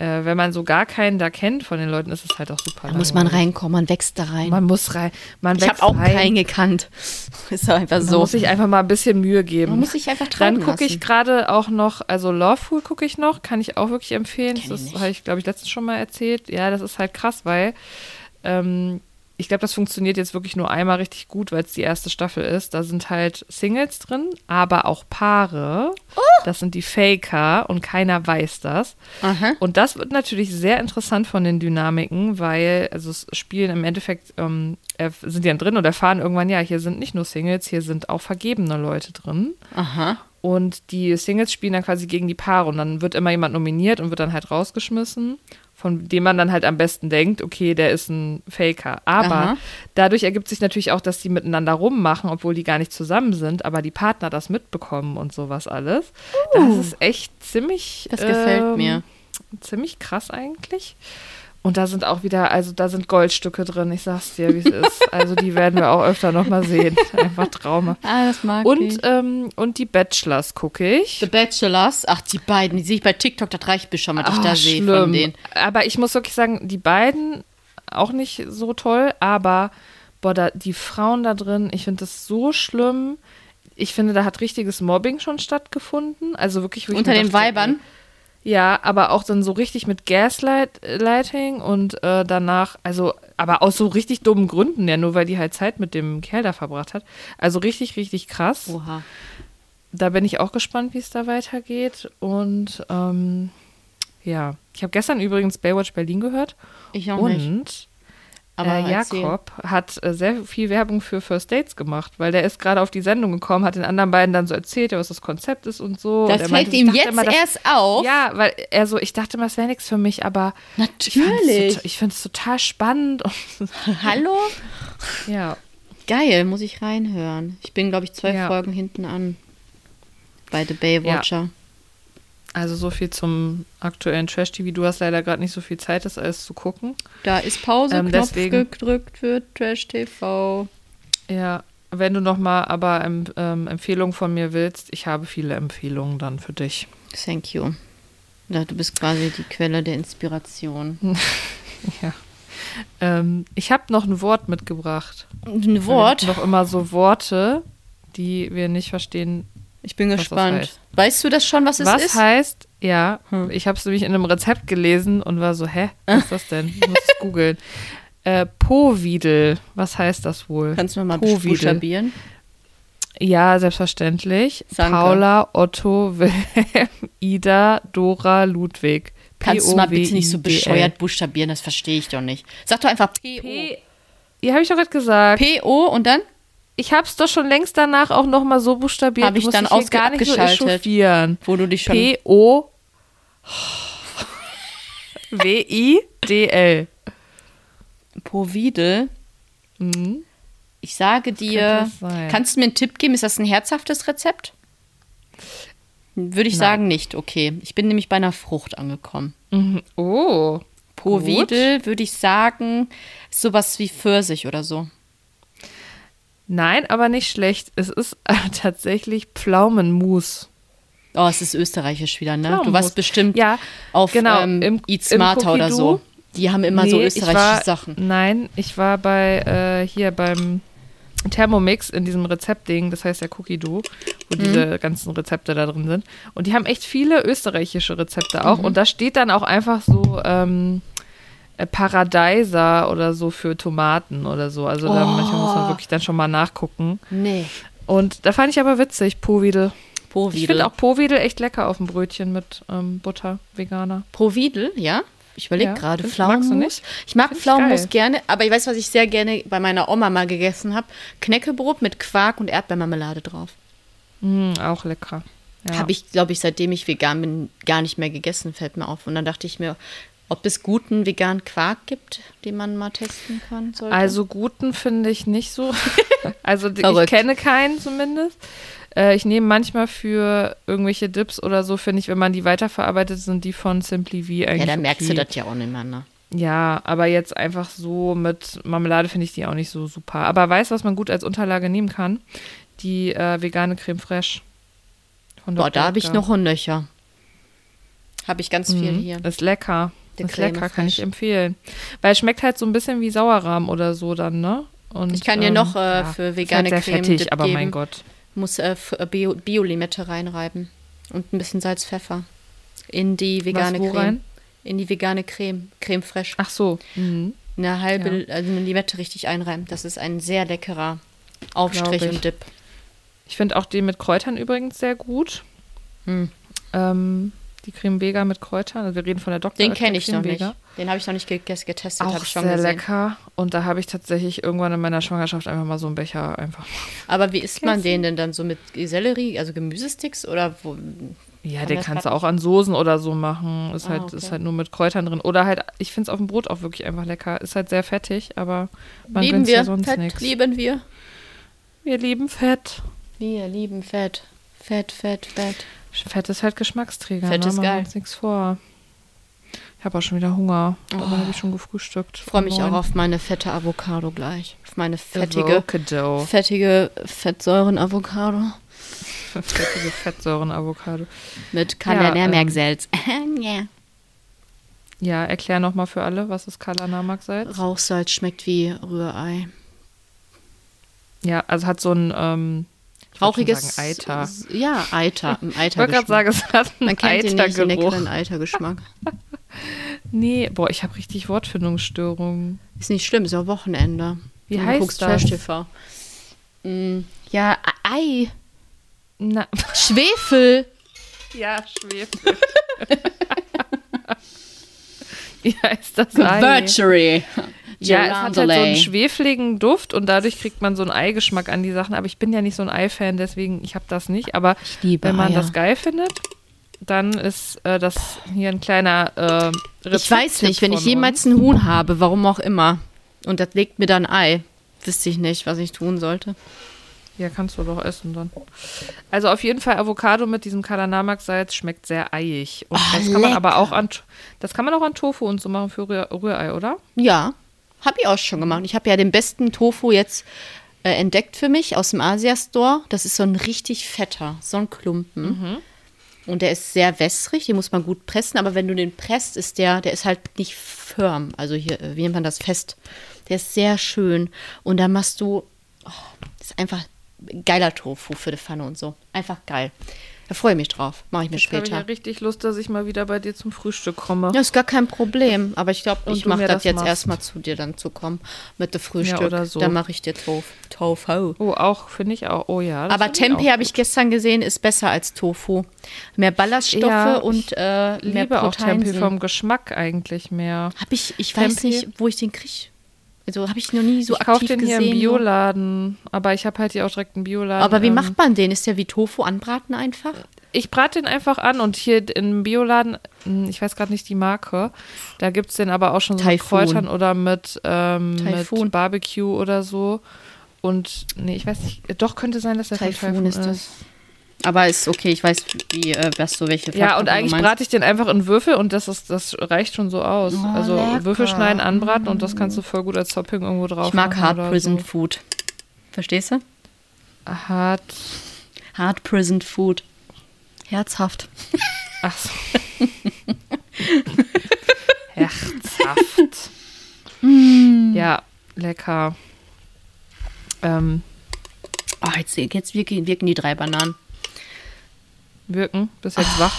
Äh, wenn man so gar keinen da kennt von den Leuten, ist es halt auch super.
Da muss man
langweilig.
reinkommen, man wächst da rein.
Man muss rein. Man
ich
wächst
habe auch
rein.
keinen gekannt. Ist doch einfach
Man
so.
muss sich einfach mal ein bisschen Mühe geben.
Man muss sich einfach treiben
Dann gucke ich
lassen.
gerade auch noch, also Lawful gucke ich noch, kann ich auch wirklich empfehlen.
Kenn ich
Das
nicht.
habe ich, glaube ich, letztens schon mal erzählt. Ja, das ist halt krass, weil ähm, ich glaube, das funktioniert jetzt wirklich nur einmal richtig gut, weil es die erste Staffel ist. Da sind halt Singles drin, aber auch Paare.
Oh!
Das sind die Faker und keiner weiß das.
Aha.
Und das wird natürlich sehr interessant von den Dynamiken, weil also es spielen im Endeffekt, ähm, erf- sind die dann drin und erfahren irgendwann, ja, hier sind nicht nur Singles, hier sind auch vergebene Leute drin.
Aha.
Und die Singles spielen dann quasi gegen die Paare und dann wird immer jemand nominiert und wird dann halt rausgeschmissen, von dem man dann halt am besten denkt, okay, der ist ein Faker. Aber
Aha.
dadurch ergibt sich natürlich auch, dass die miteinander rummachen, obwohl die gar nicht zusammen sind, aber die Partner das mitbekommen und sowas alles.
Uh.
Das ist echt ziemlich.
Das gefällt mir.
Ähm, Ziemlich krass eigentlich. Und da sind auch wieder, also da sind Goldstücke drin, ich sag's dir, wie es ist. Also die werden wir auch öfter nochmal sehen. Einfach Trauma.
Ah, das mag
Und, ähm, und die Bachelors gucke
The
ich.
Bachelors, ach, die beiden, die sehe ich bei TikTok, das reicht mir schon, was ich da
Ah,
sehe von denen.
Aber ich muss wirklich sagen, die beiden auch nicht so toll, aber boah, da, die Frauen da drin, ich finde das so schlimm. Ich finde, da hat richtiges Mobbing schon stattgefunden. Also wirklich. wo ich
Unter
mir
den
dachte,
Weibern?
ey, Ja, aber auch dann so richtig mit Gaslighting und äh, danach, also, aber aus so richtig dummen Gründen, ja, nur weil die halt Zeit mit dem Kerl da verbracht hat. Also richtig, richtig krass.
Oha.
da bin ich auch gespannt, wie es da weitergeht. Und ähm, ja, ich habe gestern übrigens Baywatch Berlin gehört.
Ich auch
und,
nicht. Aber
äh,
erzähl.
Jakob hat äh, sehr viel Werbung für First Dates gemacht, weil der ist gerade auf die Sendung gekommen, hat den anderen beiden dann so erzählt, ja, was das Konzept ist und so. und
Das
er
fällt
meinte, ich
ihm
dachte
jetzt
das-
erst auf.
Ja, weil er so, ich dachte immer, es wäre nichts für mich, aber
Natürlich.
ich finde es total spannend. Und,
Hallo?
ja,
Geil, muss ich reinhören. Ich bin, glaube ich, zwei
Ja.
Folgen hinten an. Bei The Baywatcher.
also so viel zum aktuellen Trash-TV. Du hast leider gerade nicht so viel Zeit, das alles zu gucken.
Da ist Pause,
Ähm,
Knopf
deswegen-
gedrückt für Trash TV.
Ja, wenn du nochmal aber ähm, ähm, Empfehlungen von mir willst, ich habe viele Empfehlungen dann für dich.
Thank you. Ja, Du bist quasi die Quelle der Inspiration.
ja. Ähm, ich habe noch ein Wort mitgebracht.
Ein Wort?
Wir haben Noch immer so Worte, die wir nicht verstehen.
Ich bin
Was das
gespannt.
heißt.
Weißt du das schon, was es
Was
ist? Hm.
heißt, ja, ich habe es nämlich in einem Rezept gelesen und war so, hä, was ist das denn? Ich muss es googeln. Äh, Povidel, was heißt das wohl?
Kannst du mir mal
Povidel.
buchstabieren?
Ja, selbstverständlich.
Danke.
Paula, Otto, Wilhelm, Ida, Dora, Ludwig.
Kannst du mal bitte nicht so
P-O-W-I-D-L.
bescheuert buchstabieren? Das verstehe ich doch nicht. Sag doch einfach P-O.
P. Ja, habe ich doch gerade gesagt.
P-O und dann?
Ich habe es doch schon längst danach auch nochmal so buchstabiert.
Hab ich
du musst
dann
dich hier gar nicht so
ausgeschaltet.
echauffieren.
Wo du dich schon.
P-O. W-I-D-L.
Povidel.
Mhm.
E. Ich sage dir,
Könnte das sein.
kannst du mir einen Tipp geben? Ist das ein herzhaftes Rezept? Würde ich sagen, nicht. Okay. Ich bin nämlich bei einer Frucht angekommen.
Mhm. Oh.
Povidel E würde ich sagen, ist sowas wie Pfirsich oder so.
Nein, aber nicht schlecht. Es ist äh, tatsächlich Pflaumenmus.
Oh, es ist österreichisch wieder, ne? Du
Pflaumenmus.
warst bestimmt
Ja,
auf
genau,
ähm,
im-
Eats
im
Smarter oder so.
Cookie-Doo.
Die haben immer so
Nee, ich
österreichische
war-
Sachen.
Nein, ich war bei äh, hier beim Thermomix in diesem Rezeptding, das heißt ja Cookie Do, wo
Mhm.
diese ganzen Rezepte da drin sind. Und die haben echt viele österreichische Rezepte
Mhm.
auch. Und da steht dann auch einfach so ähm, äh, Paradeiser oder so für Tomaten oder so. Also da manchmal muss
Oh.
man wirklich dann schon mal nachgucken.
Nee.
Und da fand ich aber witzig, Povidel.
Povidel.
Ich finde auch Povidel echt lecker auf dem Brötchen mit ähm, Butter, Veganer.
Providel, ja. Ich überlege
Ja,
gerade.
find- magst
Pflaumenmus.
du nicht?
Ich mag
Find ich
Pflaumenmus
geil.
gerne, aber ich weiß, was ich sehr gerne bei meiner Oma mal gegessen habe. Knäckebrot mit Quark und Erdbeermarmelade drauf.
Mm, auch lecker. Ja.
Habe ich, glaube ich, seitdem ich vegan bin, gar nicht mehr gegessen, fällt mir auf. Und dann dachte ich mir, ob es guten veganen Quark gibt, den man mal testen kann sollte.
Also guten finde ich nicht so. also die- ich
Verrückt.
kenne keinen zumindest. Äh, ich nehme manchmal für irgendwelche Dips oder so, finde ich, wenn man die weiterverarbeitet, sind die von Simply V eigentlich
ja, dann merkst
okay.
du das ja auch nicht mehr, ne?
Ja, aber jetzt einfach so mit Marmelade finde ich die auch nicht so super. Aber weißt du, was man gut als Unterlage nehmen kann? Die äh, vegane Creme Fraiche. Von
Boah,
Dr.
da habe ich
Oetker.
noch ein Nöcher. Habe ich ganz viel hier.
Mhm. Ist lecker.
Der
ist
Creme
lecker, kann ich
Fraiche.
empfehlen. Weil schmeckt halt so ein bisschen wie Sauerrahm oder so dann, ne? Und,
Ich kann dir noch, äh, für
ist
vegane
halt sehr
Creme
fettig,
Dip
aber mein
geben.
Gott.
Muss äh, F- äh, Bio- Bio-Limette reinreiben und ein bisschen Salz, Pfeffer. In die vegane
wo
Creme.
rein?
In die vegane Creme. Creme fraiche.
Ach so. Mhm.
Eine halbe, also eine Limette richtig einreiben. Das ist ein sehr leckerer Aufstrich
Glaub ich.
und Dip.
Ich finde auch den mit Kräutern übrigens sehr gut.
Hm.
Ähm, die Creme Vega mit Kräutern. Also wir reden von der Dr.
Den
Oetker
kenne ich
Creme
noch nicht.
Vega.
Den habe ich noch nicht ge- ges- getestet, habe
Auch
ich schon
sehr
gesehen.
lecker. Und da habe ich tatsächlich irgendwann in meiner Schwangerschaft einfach mal so einen Becher einfach.
Aber wie isst man den denn dann so mit Sellerie, also Gemüsesticks oder wo?
Ja,
Kann
den
das
kannst du
grad
auch an Soßen oder so machen. Ist
Ah,
halt,
okay.
ist halt nur mit Kräutern drin. Oder halt, ich finde es auf dem Brot auch wirklich einfach lecker. Ist halt sehr fettig, aber man
lieben
gönnt
wir
ja sonst
Fett,
nichts.
lieben wir.
Wir lieben Fett.
Wir lieben Fett. Fett, Fett, Fett.
Fett ist halt Geschmacksträger.
Fett
ne?
ist
Machen wir
geil.
uns nichts vor. Ich habe auch schon wieder Hunger. Aber habe ich schon gefrühstückt.
Ich freue Oh. mich auch auf meine fette Avocado gleich. Auf meine fettige,
Avocado.
fettige Fettsäuren-Avocado.
Fettige Fettsäuren-Avocado.
Mit Kalender-Merkselz.
Ja, erklär nochmal für alle, was ist Kalanamak-Salz?
Rauchsalz schmeckt wie Rührei.
Ja, also hat so ein ähm, ich wollte schon
Rauchiges.
Sagen, Eiter.
Ja, Eiter. Ein
Ich wollte gerade sagen,
Eitergeschmack.
es hat einen
Man kennt den nicht, den
Eitergeruch.
leckeren Eitergeschmack.
Nee, boah, ich habe richtig Wortfindungsstörungen.
Ist nicht schlimm, ist ja Wochenende.
Wie
Und
heißt
du guckst
das?
Trash TV. Mm, ja, Ei.
Na,
Schwefel.
ja, Schwefel. Wie heißt das Ei?
Virtuary.
Ja, es hat halt so einen schwefeligen Duft und dadurch kriegt man so einen Eigeschmack an die Sachen. Aber ich bin ja nicht so ein Ei-Fan, deswegen ich habe das nicht. Aber
liebe
wenn man
Eier.
das geil findet, dann ist äh, das hier ein kleiner äh,
Ich weiß
Rezepttipp
nicht, wenn ich
von
jemals ein Huhn habe, warum auch immer, und das legt mir dann Ei, wüsste ich nicht, was ich tun sollte.
Ja, kannst du doch essen dann. Also auf jeden Fall Avocado mit diesem Kalanamak-Salz schmeckt sehr eiig. Und
Ah,
das kann man aber auch an das kann man auch an Tofu und so machen für Rühr Rührei, oder?
Ja, habe ich auch schon gemacht. Ich habe ja den besten Tofu jetzt äh, entdeckt für mich aus dem Asia-Store. Das ist so ein richtig fetter, so ein Klumpen. Und der ist sehr wässrig, den muss man gut pressen, aber wenn du den presst, ist der, der ist halt nicht firm. Also hier, äh, wie nennt man das fest? Der ist sehr schön. Und da machst du, oh, das ist einfach geiler Tofu für die Pfanne und so. Einfach geil. Da freue ich mich drauf. Mache ich mir
Jetzt habe ich ja
später.
richtig Lust, dass ich mal wieder bei dir zum Frühstück komme.
Ja, ist gar kein Problem. Aber ich glaube,
Und
ich
du
mache
mir
das,
das
jetzt
machst.
erstmal zu dir dann zu kommen mit dem Frühstück.
oder so.
Dann mache ich dir Tofu. Tofu.
Oh, auch, finde ich auch. Oh ja. das
Aber
finde ich
Tempeh habe ich gestern gesehen, ist besser als Tofu. Mehr Ballaststoffe
Ja,
und äh,
auch.
mehr
liebe auch Tempeh
Proteine.
vom Geschmack eigentlich mehr.
Hab ich, ich weiß
Tempe.
nicht, wo ich den kriege. Also habe ich noch nie so
ich kaufe
aktiv
den hier
gesehen. ne?
im Bioladen, aber ich habe halt hier auch direkt einen Bioladen.
Aber wie
ähm,
macht man den? Ist der wie Tofu anbraten einfach?
Ich brate den einfach an und hier im Bioladen, mh, ich weiß gerade nicht die Marke, da gibt es den aber auch schon so mit
Taifun.
Kräutern oder mit, ähm,
Taifun.
mit Barbecue oder so. Und nee, ich weiß nicht, doch könnte sein, dass der von
Taifun ist das. Aber ist okay, ich weiß, wie, äh, was so welche
Ja, und
Faktoren du
eigentlich
meinst.
brate ich den einfach in Würfel und das ist, das reicht schon so aus.
Oh,
also
lecker. Mm.
Würfel schneiden, anbraten und das kannst du voll gut als Topping irgendwo drauf
Ich mag
machen
Hard
oder
Prison
So.
Food. Verstehst du?
Hart.
Hard Prison Food. Herzhaft.
Ach so. Herzhaft. ja, lecker. Ähm,
Oh, jetzt, jetzt wirken, wirken die drei Bananen.
wirken, bis jetzt wach.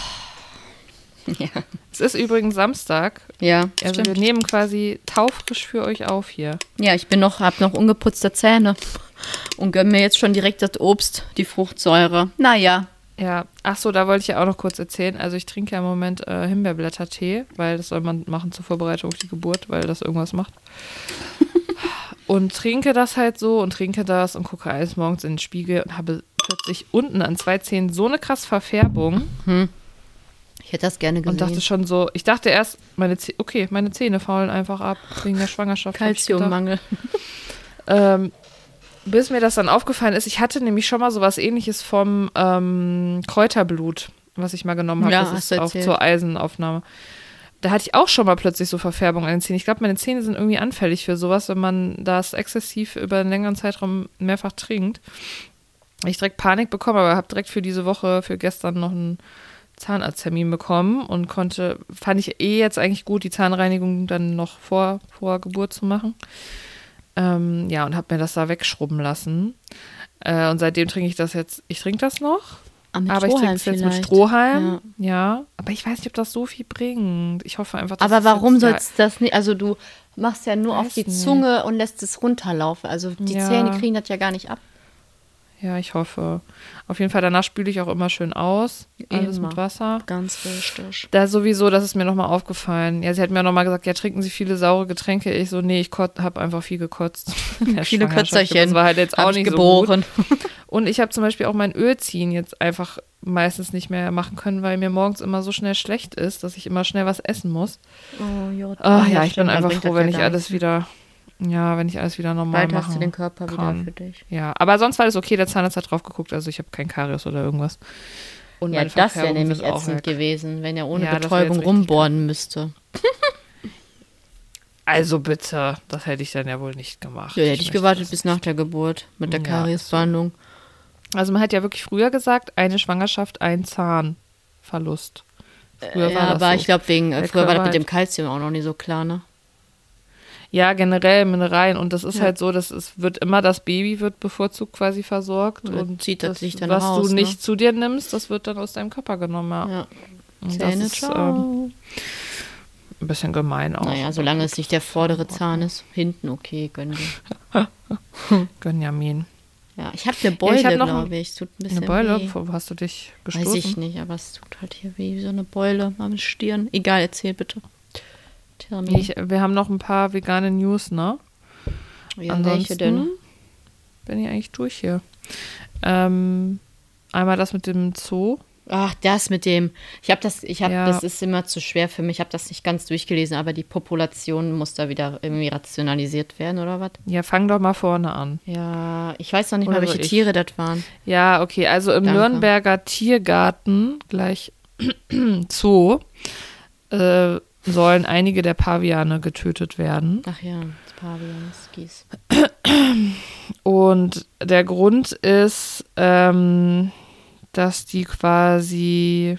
Ja.
Es ist übrigens Samstag.
Ja,
Also
stimmt.
wir nehmen quasi taufrisch für euch auf hier.
Ja, ich bin noch, hab noch ungeputzte Zähne und gönn mir jetzt schon direkt das Obst, die Fruchtsäure. Naja,
Ja, ach so, da wollte ich ja auch noch kurz erzählen. Also ich trinke ja im Moment äh, Himbeerblättertee, weil das soll man machen zur Vorbereitung auf die Geburt, weil das irgendwas macht. Und trinke das halt so und trinke das und gucke eines Morgens in den Spiegel und habe plötzlich unten an zwei Zähnen so eine krass Verfärbung
ich hätte das gerne
und
gesehen.
dachte schon so, ich dachte erst, meine Zäh okay, meine Zähne faulen einfach ab wegen der Schwangerschaft. hab ich gedacht.
Kalziummangel.
Ähm, bis mir das dann aufgefallen ist, ich hatte nämlich schon mal sowas ähnliches vom ähm, Kräuterblut, was ich mal genommen habe.
Ja,
das
hast
ist
du
auch
erzählt.
zur Eisenaufnahme. Da hatte ich auch schon mal plötzlich so Verfärbung an den Zähnen. Ich glaube, meine Zähne sind irgendwie anfällig für sowas, wenn man das exzessiv über einen längeren Zeitraum mehrfach trinkt. Ich direkt Panik bekommen, aber habe direkt für diese Woche, für gestern noch einen Zahnarzttermin bekommen und konnte, fand ich eh jetzt eigentlich gut, die Zahnreinigung dann noch vor, vor Geburt zu machen. Ähm, ja, und habe mir das da wegschrubben lassen. Äh, und seitdem trinke ich das jetzt. Ich trinke das noch,
Ah, mit
aber ich trinke
Strohhalm
es jetzt
vielleicht.
mit Strohhalm. Ja. Aber ich weiß nicht, ob das so viel bringt. Ich hoffe einfach, dass
Aber
es
warum
jetzt, ja,
sollst du das nicht? Also du machst ja nur auf
Weiß
die
nicht.
Zunge und lässt es runterlaufen. Also die
Ja.
Zähne kriegen das ja gar nicht ab.
Ja, ich hoffe. Auf jeden Fall, danach spüle ich auch immer schön aus. Alles
Immer.
mit Wasser.
Ganz richtig.
Da sowieso, das ist mir nochmal aufgefallen. Ja, sie hat mir nochmal gesagt, ja, trinken Sie viele saure Getränke. Ich so, nee, ich habe einfach viel gekotzt. In der
Viele
Schwangerschaft.
Kötzerchen.
Das war halt jetzt
Hab
auch
ich
nicht so gut.
geboren.
Und ich habe zum Beispiel auch mein Ölziehen jetzt einfach meistens nicht mehr machen können, weil mir morgens immer so schnell schlecht ist, dass ich immer schnell was essen muss.
Oh, Jod.
Ach
Oh,
ja, ich bin
stimmt, dann
einfach
bringt
froh,
das
wenn
ja
ich
gar
alles wieder, ja, wenn ich alles wieder normal
Bald
machen
hast du den Körper wieder
kann.
für dich.
Ja, aber sonst war das okay, der Zahnarzt hat drauf geguckt, also ich habe kein Karies oder irgendwas. Und
Ja,
meine
das wäre
Verfärbung
nämlich
ist auch
ätzend
weg.
gewesen, wenn er ohne
Ja, das wär jetzt
Betäubung
richtig
rumbohren müsste.
Also bitte, das hätte ich dann ja wohl nicht gemacht.
Ja, hätte ich
möchte
gewartet
das
bis nach der Geburt mit der
Ja,
Kariesbehandlung.
Also man hat ja wirklich früher gesagt, eine Schwangerschaft, ein Zahnverlust. Früher
ja, aber ich glaube, wegen äh,
Der
früher war das
Körper
mit dem
halt-
Kalzium auch noch nicht so klar, ne?
Ja, generell Mineralien. Und das ist halt so, dass es wird immer das Baby wird bevorzugt quasi versorgt.
Ja,
und
zieht das sich dann
was
raus,
du
ne?
nicht zu dir nimmst, das wird dann aus deinem Körper genommen. Ja.
Ja.
Und das
Zähne,
ist ähm,
ciao.
ein bisschen gemein auch.
naja, solange es nicht der vordere Zahn ist. Hinten, okay, gönnen wir.
Gönjamin.
Ja, ich habe eine Beule,
ich hab noch ein-
glaube ich. Es tut ein bisschen
Eine Beule,
weh.
wo hast du dich gestoßen?
Weiß ich nicht, aber es tut halt hier weh, wie so eine Beule am Stirn. Egal, erzähl bitte. Tell me.
Nee, ich, wir haben noch ein paar vegane News, ne?
ja, welche
Ansonsten
denn?
bin ich eigentlich durch hier. Ähm, einmal das mit dem Zoo.
Ach, das mit dem. Ich habe das, ich habe,
Ja.
das ist immer zu schwer für mich. Ich habe das nicht ganz durchgelesen, aber die Population muss da wieder irgendwie rationalisiert werden, oder was?
Ja, fang doch mal vorne an.
Ja, ich weiß noch nicht
Oder
mal,
so
welche
ich.
Tiere das waren.
Ja, okay. Also im
Danke.
Nürnberger Tiergarten gleich Zoo äh, sollen einige der Paviane getötet werden.
Ach ja, das Pavians, Gies.
Und der Grund ist, ähm, dass die quasi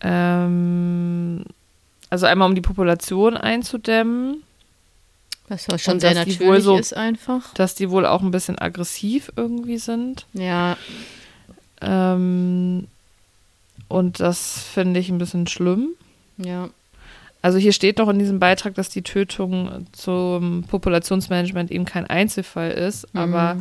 Ähm, also einmal um die Population einzudämmen,
Was ja schon
Und
sehr
dass die
natürlich
wohl so-
ist einfach.
dass die wohl auch ein bisschen aggressiv irgendwie sind.
Ja,
Ähm, und das finde ich ein bisschen schlimm.
ja.
Also hier steht noch in diesem Beitrag, dass die Tötung zum Populationsmanagement eben kein Einzelfall ist,
Mhm.
aber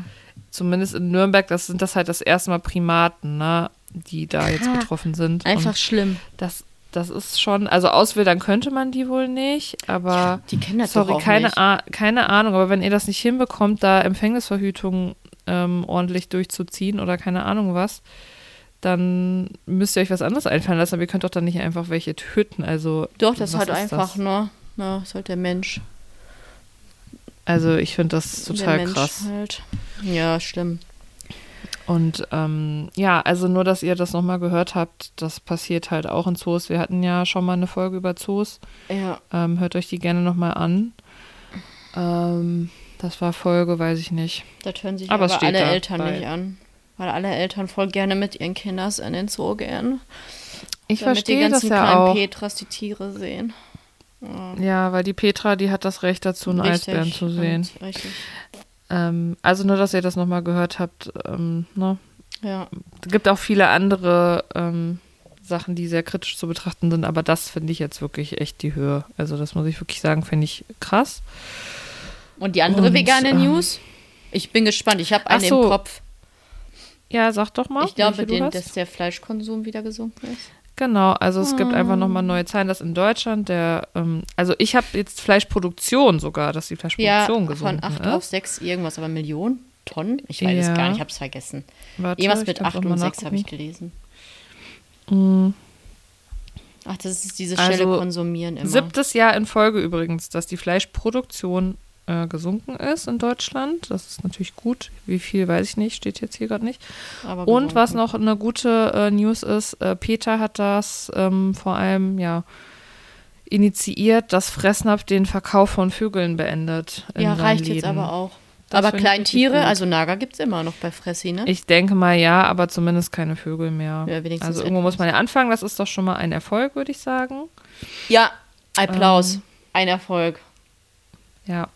zumindest in Nürnberg, das sind das halt das erste Mal Primaten, ne, die da jetzt
Klar.
betroffen sind.
Einfach
Und
schlimm.
das, das ist schon, also auswildern könnte man die wohl nicht, aber
Die kennen das
sorry,
doch auch
keine,
nicht.
Ah- keine Ahnung, aber wenn ihr das nicht hinbekommt, da Empfängnisverhütung ähm, ordentlich durchzuziehen oder keine Ahnung was, dann müsst ihr euch was anderes einfallen lassen, aber ihr könnt doch dann nicht einfach welche töten. Also
Doch, das
was
hat
ist
einfach,
das?
ne? Na, ist halt der Mensch.
Also ich finde das total
der Mensch
krass.
Halt. Ja, schlimm.
Und ähm, ja, also nur, dass ihr das nochmal gehört habt, das passiert halt auch in Zoos. Wir hatten ja schon mal eine Folge über Zoos.
Ja.
Ähm, hört euch die gerne nochmal an. Ähm, das war Folge, weiß ich nicht.
Das hören sich
Aber
aber,
es steht
alle
da
Eltern
bei.
nicht an. Weil alle Eltern voll gerne mit ihren Kindern in den Zoo gehen.
Ich
damit die
verstehe das
ganzen
ja
kleinen
auch.
Petras die Tiere sehen.
ja, weil die Petra, die hat das Recht dazu, einen Eisbären zu sehen.
Und Richtig.
Ähm, also nur, dass ihr das nochmal gehört habt. Ähm, ne?
Ja.
Es gibt auch viele andere ähm, Sachen, die sehr kritisch zu betrachten sind, aber das finde ich jetzt wirklich echt die Höhe. Also das muss ich wirklich sagen, finde ich krass.
Und die andere
Und,
vegane
ähm,
News? Ich bin gespannt. Ich habe
Ach
einen
so.
im Kopf.
Ja, sag doch mal.
Ich glaube,
welche du
den,
hast.
dass der Fleischkonsum wieder gesunken ist.
Genau, also es gibt einfach nochmal
Hm.
neue Zahlen, dass in Deutschland der, ähm, also ich habe jetzt Fleischproduktion sogar, dass die
Ja,
Fleischproduktion
von
gesunken
8
ist.
auf 6 irgendwas, aber Millionen? Tonnen? Ich weiß es
Ja.
gar nicht, ich habe es vergessen.
Warte,
Irgendwas
ich
mit
kann's
8
auch mal
und 6 habe ich
nachgucken.
gelesen. Ach, das ist diese
Also,
Stelle konsumieren immer.
Siebtes Jahr in Folge übrigens, dass die Fleischproduktion äh, gesunken ist in Deutschland. Das ist natürlich gut. Wie viel, weiß ich nicht, steht jetzt hier gerade nicht.
aber
Und was
gesunken.
noch eine gute äh, News ist, äh, Peter hat das ähm, vor allem ja initiiert, dass Fressnapf den Verkauf von Vögeln beendet. in
Ja,
seinen
reicht jetzt
Läden.
aber auch.
Das
aber
find ich
Kleintiere,
richtig gut.
also Nager gibt es immer noch bei Fressi, ne?
Ich denke mal ja, aber zumindest keine Vögel mehr.
Ja, wenigstens
also irgendwo
etwas.
muss man ja anfangen. Das ist doch schon mal ein Erfolg, würde ich sagen.
ja, Applaus. Ähm. Ein Erfolg.
Ja.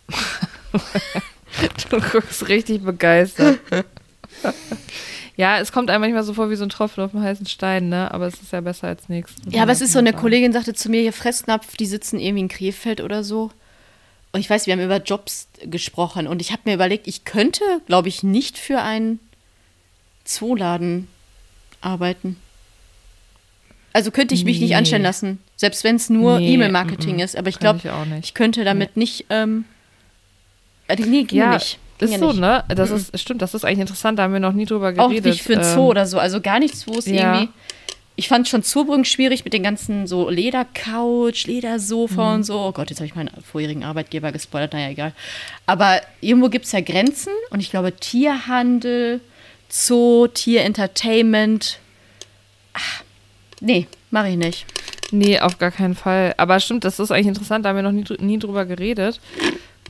du guckst richtig begeistert. ja, es kommt einem manchmal so vor wie so ein Tropfen auf einem heißen Stein, ne? Aber es ist ja besser als nichts.
Ja, aber es ist so, eine Kollegin sagte zu mir, hier Fressnapf, die sitzen irgendwie in Krefeld oder so. Und ich weiß, wir haben über Jobs gesprochen und ich habe mir überlegt, ich könnte, glaube ich, nicht für einen Zooladen arbeiten. Also könnte ich mich nicht
Nee.
anstellen lassen, selbst wenn es nur
Nee,
E-Mail-Marketing
mm, mm,
ist. Aber ich
kann
glaube,
ich auch nicht.
ich, könnte damit nicht. Ähm, äh, nee, ging
ja,
nicht. Ging
ist
ja
so,
nicht. Mhm.
ne? Das ist, stimmt, das ist eigentlich interessant, da haben wir noch nie drüber
Auch
geredet. Ähm,
nicht für einen Zoo oder so. Also gar nichts, wo es
ja.
irgendwie. Ich fand schon Zoobrücken schwierig mit den ganzen so Ledercouch,
Mhm.
Ledersofa und so. Oh Gott, jetzt habe ich meinen vorherigen Arbeitgeber gespoilert, naja, egal. Aber irgendwo gibt es ja Grenzen und ich glaube, Tierhandel, Zoo, Tierentertainment. Ach, nee, mache ich nicht.
Nee, auf gar keinen Fall. Aber stimmt, das ist eigentlich interessant, da haben wir noch nie, drü- nie drüber geredet.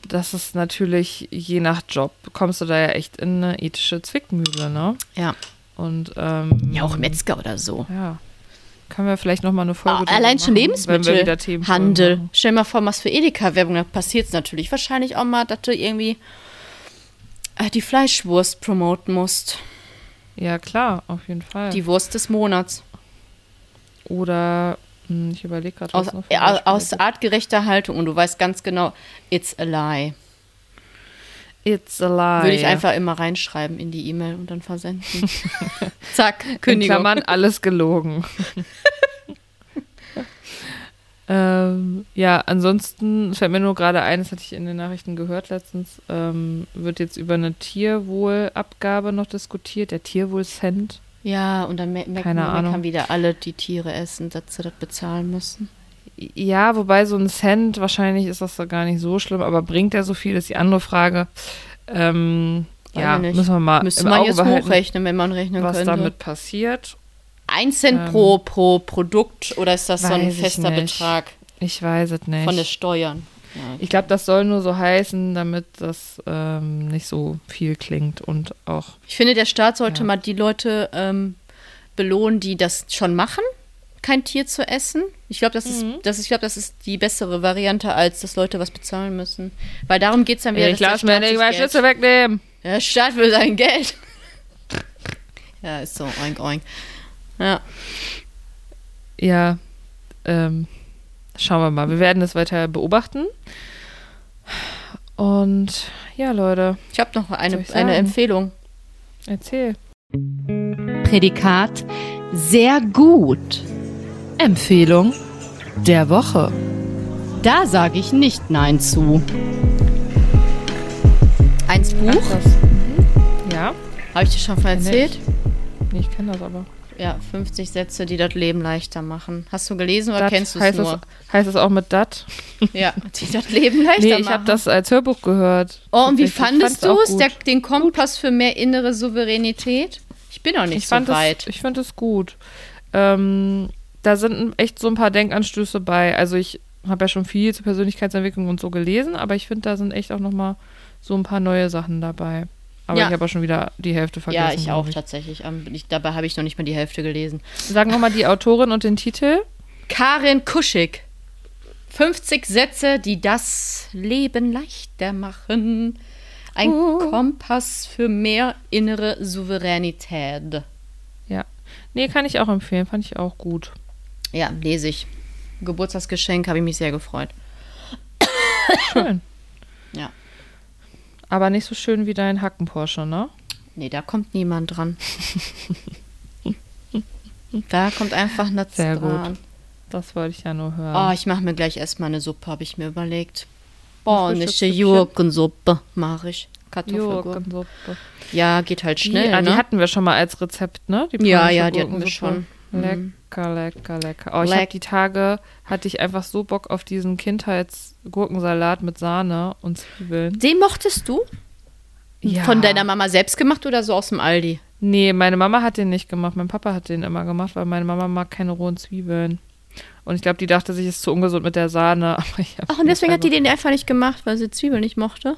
Das ist natürlich, je nach Job, kommst du da ja echt in eine ethische Zwickmühle, ne?
Ja.
Und ähm,
Ja, auch Metzger oder so.
ja. Können wir vielleicht nochmal eine Folge
Ah,
drüber
allein schon
machen, wenn wir wieder Themen ne?
Lebensmittelhandel.
machen.
Stell dir mal vor, was für Edeka-Werbung, da passiert es natürlich wahrscheinlich auch mal, dass du irgendwie äh, die Fleischwurst promoten musst.
Ja, klar, auf jeden Fall.
Die Wurst des Monats.
Oder hm, ich überlege gerade,
Aus,
was noch für
äh,
Beispiele
aus
gibt.
artgerechter Haltung und du weißt ganz genau, it's a lie.
It's a lie.
Würde ich einfach immer reinschreiben in die E-Mail und dann versenden. Zack,
in
Kündigung.
Klammern alles gelogen. ähm, ja, ansonsten fällt mir nur gerade ein, das hatte ich in den Nachrichten gehört letztens, ähm, wird jetzt über eine Tierwohlabgabe noch diskutiert, der Tierwohlcent.
Ja, und dann me merken
Keine
wir,
Ahnung.
kann wieder alle, die Tiere essen, dass sie das bezahlen müssen.
Ja, wobei so ein Cent, wahrscheinlich ist das da gar nicht so schlimm, aber bringt er so viel, ist die andere Frage. Ähm,
Weiß
ja,
ich nicht.
müssen wir mal
Müsste
Ah, im
man
Auge
jetzt
behalten,
hochrechnen, wenn man rechnen
was
könnte.
damit passiert.
Ein Cent
Ähm,
pro, pro Produkt oder ist das so ein
weiß ich
fester
nicht.
Betrag
Ich weiß es nicht.
von den Steuern?
Ich glaube, das soll nur so heißen, damit das ähm, nicht so viel klingt und auch.
Ich finde, der Staat sollte
Ja.
mal die Leute ähm, belohnen, die das schon machen kein Tier zu essen. Ich glaube, das, ist- das, ist- ich glaub, das ist die bessere Variante, als dass Leute was bezahlen müssen. Weil darum geht es dann wieder.
Ich
dass
lasse
der
mir nicht
Staat sich
meine
Geld-
Schlüssel wegnehmen.
Der Staat will sein Geld. ja, ist so, oink, oink. Ja.
Ja, ähm, schauen wir mal. Wir werden das weiter beobachten. Und ja, Leute,
Ich habe noch eine,
soll ich
eine
sagen?
Empfehlung.
erzähl.
Prädikat sehr gut.
Empfehlung der Woche.
Da sage ich nicht Nein zu.
Eins Buch,
Mhm. Ja,
habe ich dir schon von erzählt?
nee, ich kenne das aber.
Ja, 50 Sätze, die das Leben leichter machen. Hast du gelesen oder
Dat
kennst du es
heißt
nur?
Das, heißt das auch mit dat?
Ja, die das Leben leichter
Nee,
machen.
ich habe das als Hörbuch gehört.
Oh, und wie
Tatsächlich. Ich
fandest du
fand's auch
es?
gut.
Der- Den Kompass für mehr innere Souveränität? Ich bin noch nicht
ich
so
fand
weit.
Es, ich fand es gut. Ähm, da sind echt so ein paar Denkanstöße bei. Also ich habe ja schon viel zur Persönlichkeitsentwicklung und so gelesen, aber ich finde, da sind echt auch noch mal so ein paar neue Sachen dabei. Aber
Ja.
ich habe auch schon wieder die Hälfte vergessen.
ja, ich auch
glaub
tatsächlich. Ähm, Ich, dabei habe ich noch nicht mal die Hälfte gelesen.
Sag noch mal die Autorin und den Titel.
Karin Kuschig. 50 Sätze, die das Leben leichter machen. Ein
Uh.
Kompass für mehr innere Souveränität.
Ja. Nee, kann ich auch empfehlen. Fand ich auch gut.
Ja, lese ich. Geburtstagsgeschenk, habe ich mich sehr gefreut.
Schön.
Ja.
Aber nicht so schön wie dein Hacken-Porsche, ne?
Nee, da kommt niemand dran. da kommt einfach nichts
Sehr gut.
dran.
Das wollte ich ja nur hören.
Oh, ich mache mir gleich erstmal eine Suppe, habe ich mir überlegt. Bornische
Frühstückssüppchen.
Gurkensuppe mache ich. Kartoffelgurken.
Gurkensuppe.
Ja, geht halt
Die,
schnell.
ah, die
ne?
hatten wir schon mal als Rezept, ne? Die
Ja,
polnische
ja, die hatten wir Mhm.
Gurkensuppe. Lecker, lecker, lecker. Oh, ich
Leck-
habe die Tage, hatte ich einfach so Bock auf diesen Kindheitsgurkensalat mit Sahne und Zwiebeln.
Den mochtest du?
Ja.
Von deiner Mama selbst gemacht oder so aus dem Aldi?
Nee, meine Mama hat den nicht gemacht. Mein Papa hat den immer gemacht, weil meine Mama mag keine rohen Zwiebeln. Und ich glaube, die dachte sich, es ist zu ungesund mit der Sahne. Aber ich hab
Ach, und deswegen hat die
einfach-
den einfach nicht gemacht, weil sie Zwiebeln nicht mochte.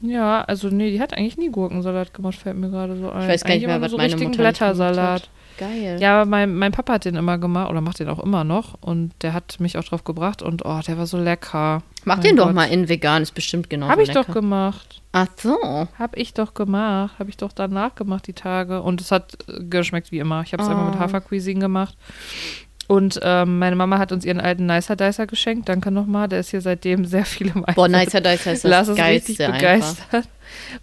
Ja, also nee, die hat eigentlich nie Gurkensalat gemacht, fällt mir gerade so ein.
Ich weiß gar nicht
Eigentlich
mehr,
immer nur
was
so
meine
richtigen
Mutter nicht gemacht
Blättersalat.
hat. Geil.
Ja, aber mein, mein Papa hat den immer gemacht oder macht den auch immer noch und der hat mich auch drauf gebracht und oh, der war so lecker.
Mach
Mein
den doch
Gott.
mal in vegan, ist bestimmt genau
Hab ich
lecker.
doch gemacht.
Ach so.
Hab ich doch gemacht. Hab ich doch danach gemacht, die Tage. Und es hat äh, geschmeckt wie immer. Ich habe es immer
Ah.
mit Hafercuisine gemacht. Und ähm, meine Mama hat uns ihren alten Nicer Dicer geschenkt. Danke nochmal. Der ist hier seitdem sehr viel im Einsatz.
Boah, Nicer Dicer ist das
Lars ist richtig
Geilste einfach.
begeistert.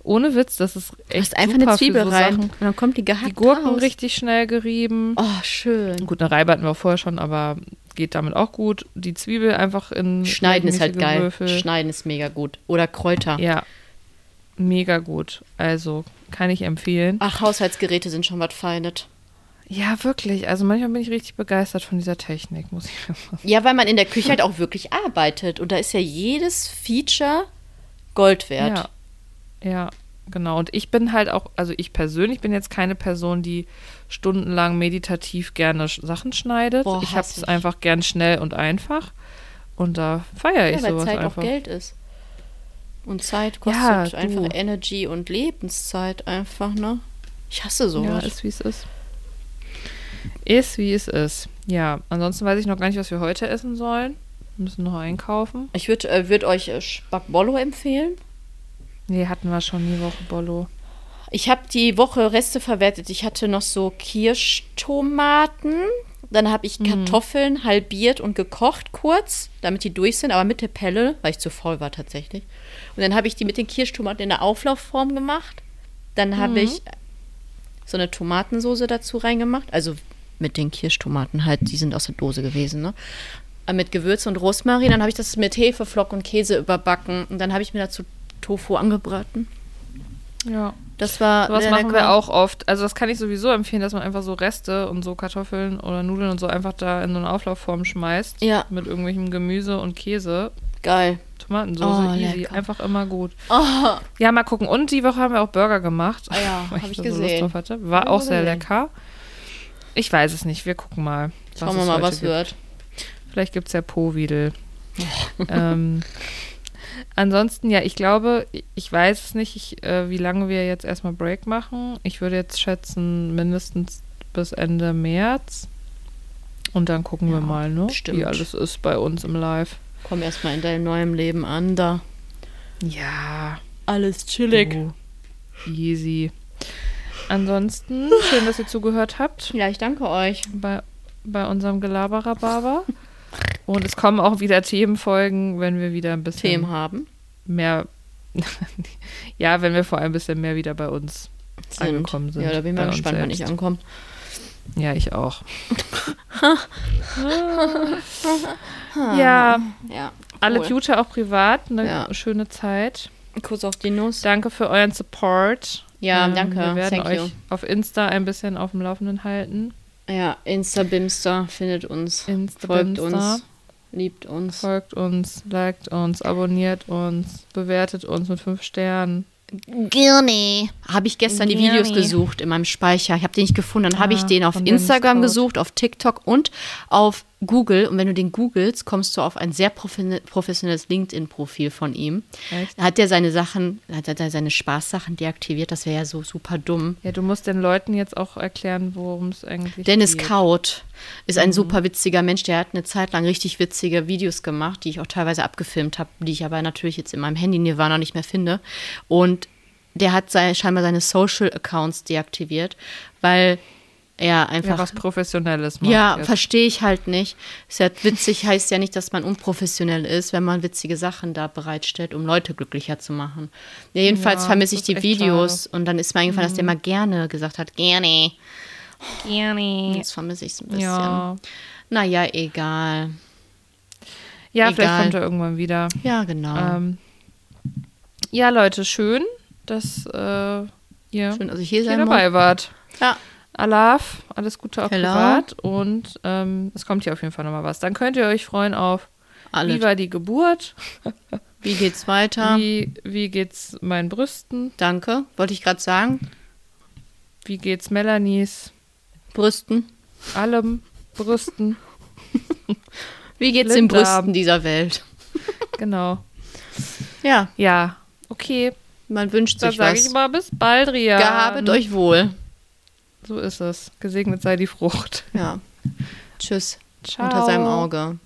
Ohne Witz, das ist echt
Machst einfach
super
eine Zwiebel
für so
rein
Sachen.
und dann kommt die gehackt
Die Gurken
raus.
richtig schnell gerieben.
Oh, schön.
Gut, eine Reibe hatten wir auch vorher schon, aber geht damit auch gut. Die Zwiebel einfach in
Schneiden ist halt
regelmäßige
geil.
Würfel.
Schneiden ist mega gut. Oder Kräuter.
ja, mega gut. Also kann ich empfehlen.
Ach, Haushaltsgeräte sind schon was Feines.
Ja, wirklich. Also manchmal bin ich richtig begeistert von dieser Technik, muss ich sagen.
Ja, weil man in der Küche halt auch wirklich arbeitet. Und da ist ja jedes Feature Gold wert.
Ja. ja, genau. Und ich bin halt auch, also ich persönlich bin jetzt keine Person, die stundenlang meditativ gerne sch- Sachen schneidet.
Boah,
ich habe
hasse
es
ich.
einfach gern schnell und einfach. Und da feiere ich
Ja, weil
sowas
Zeit
einfach.
auch Geld ist. Und Zeit
Ja,
kostet
du.
einfach Energy und Lebenszeit einfach, ne? Ich hasse
Ja,
sowas.
ist wie es ist. Ist wie es ist. Ja, ansonsten weiß ich noch gar nicht, was wir heute essen sollen. Wir müssen noch einkaufen.
ich würde äh, würd euch äh, Spackbollo empfehlen.
Nee, hatten wir schon die Woche Bollo.
Ich habe die Woche Reste verwertet. Ich hatte noch so Kirschtomaten. Dann habe
Mhm.
ich Kartoffeln halbiert und gekocht kurz, damit die durch sind, aber mit der Pelle, weil ich zu faul war tatsächlich. Und dann habe ich die mit den Kirschtomaten in der Auflaufform gemacht. Dann
Mhm.
habe ich so eine Tomatensoße dazu reingemacht. Also mit den Kirschtomaten halt, die sind aus der Dose gewesen, ne? Äh, Mit Gewürz und Rosmarin. Dann habe ich das mit Hefeflocken und Käse überbacken. Und dann habe ich mir dazu Tofu angebraten.
Ja.
Das war
Sowas
sehr
machen
Äh, lecker.
wir auch oft. Also das kann ich sowieso empfehlen, dass man einfach so Reste und so Kartoffeln oder Nudeln und so einfach da in so eine Auflaufform schmeißt.
Ja.
Mit irgendwelchem Gemüse und Käse.
Geil.
Tomatensoße,
Oh,
easy.
lecker.
Einfach immer gut.
Oh.
Ja, mal gucken. Und die Woche haben wir auch Burger gemacht.
Ah ja,
weil
hab ich
da
gesehen.
drauf hatte. War
ich
auch
mal
sehr
gesehen.
lecker. Ich weiß es nicht. Wir gucken mal.
Schauen wir
es
mal,
heute
was
gibt.
wird.
Vielleicht gibt es ja Povidel. ähm, ansonsten, ja, ich glaube, ich weiß es nicht, ich, äh, wie lange wir jetzt erstmal Break machen. Ich würde jetzt schätzen, mindestens bis Ende März. Und dann gucken wir mal, ne?
bestimmt.
Wie alles ist bei uns im Live.
Komm erstmal in deinem neuen Leben an, da.
Ja.
Alles chillig.
du. Oh, Easy. Ansonsten, schön, dass ihr zugehört habt
Ja, ich danke euch.
bei, bei unserem Gelaberababer. Und es kommen auch wieder Themenfolgen, wenn wir wieder ein bisschen
Themen haben.
mehr. ja, wenn wir vor allem ein bisschen mehr wieder bei uns
Sind.
angekommen sind.
Ja, da bin ich
bei
mal
uns
gespannt, wann ich
selbst.
ankomme.
Ja, ich auch. ja,
Ja.
alle
Ah. cool.
Future auch privat. Eine
Ja.
schöne Zeit.
Kuss auf die Nuss.
Danke für euren Support. Ähm,
Ja, danke.
Wir werden
Thank
euch
you.
auf Insta ein bisschen auf dem Laufenden halten.
Ja, Insta-Bimster findet uns.
Insta
folgt
Bimster.
uns. Liebt uns.
Folgt uns, liked uns, abonniert uns, bewertet uns mit fünf Sternen.
Gerne. Habe ich gestern die
Gerne.
Videos gesucht in meinem Speicher. Ich habe den nicht gefunden. Dann habe
Ah,
ich den auf
von
Instagram
Dennis Code.
gesucht, auf TikTok und auf Google. Und wenn du den googelst, kommst du auf ein sehr profi- professionelles LinkedIn-Profil von ihm.
Echt?
Da hat er seine Sachen, hat er da seine Spaßsachen deaktiviert. Das wäre ja so super dumm.
Ja, du musst den Leuten jetzt auch erklären, worum es eigentlich
Dennis
geht.
Kaut ist
Mhm.
ein super witziger Mensch. Der hat eine Zeit lang richtig witzige Videos gemacht, die ich auch teilweise abgefilmt habe, die ich aber natürlich jetzt in meinem Handy Nirvana nicht mehr finde. Und der hat sei, scheinbar seine Social Accounts deaktiviert, weil er
Ja,
einfach.
was Professionelles macht.
Ja,
jetzt.
verstehe ich halt nicht. Ist ja witzig heißt ja nicht, dass man unprofessionell ist, wenn man witzige Sachen da bereitstellt, um Leute glücklicher zu machen. Ja, jedenfalls
Ja,
vermisse
das
ich
ist
die
echt Mhm.
Videos und dann ist mir eingefallen, dass der mal gerne gesagt hat, gerne.
Gerne.
Jetzt vermisse ich es ein bisschen.
Ja.
Naja, egal.
ja
Egal.
vielleicht kommt er irgendwann wieder.
Ja, genau.
Ähm, ja, Leute, schön, dass äh, ihr,
Schön, dass ich hier
hier
sein
dabei
muss.
wart.
Ja.
Alaf, alles Gute auch
Hello.
privat und ähm, es kommt hier auf jeden Fall nochmal was. Dann könnt ihr euch freuen auf
Alles.
Wie war die Geburt?
Wie geht's weiter?
Wie, wie geht's meinen Brüsten?
Danke, wollte ich gerade sagen.
Wie geht's Melanies?
Brüsten.
Allem Brüsten.
Wie geht's den
Blinddarm.
Brüsten dieser Welt?
Genau.
Ja,
Ja, okay.
man wünscht
Dann
sich
sage ich
was.
mal bis bald, Ria.
Gehabet euch wohl.
So ist es. Gesegnet sei die Frucht.
Ja. Tschüss.
Ciao.
Unter seinem Auge.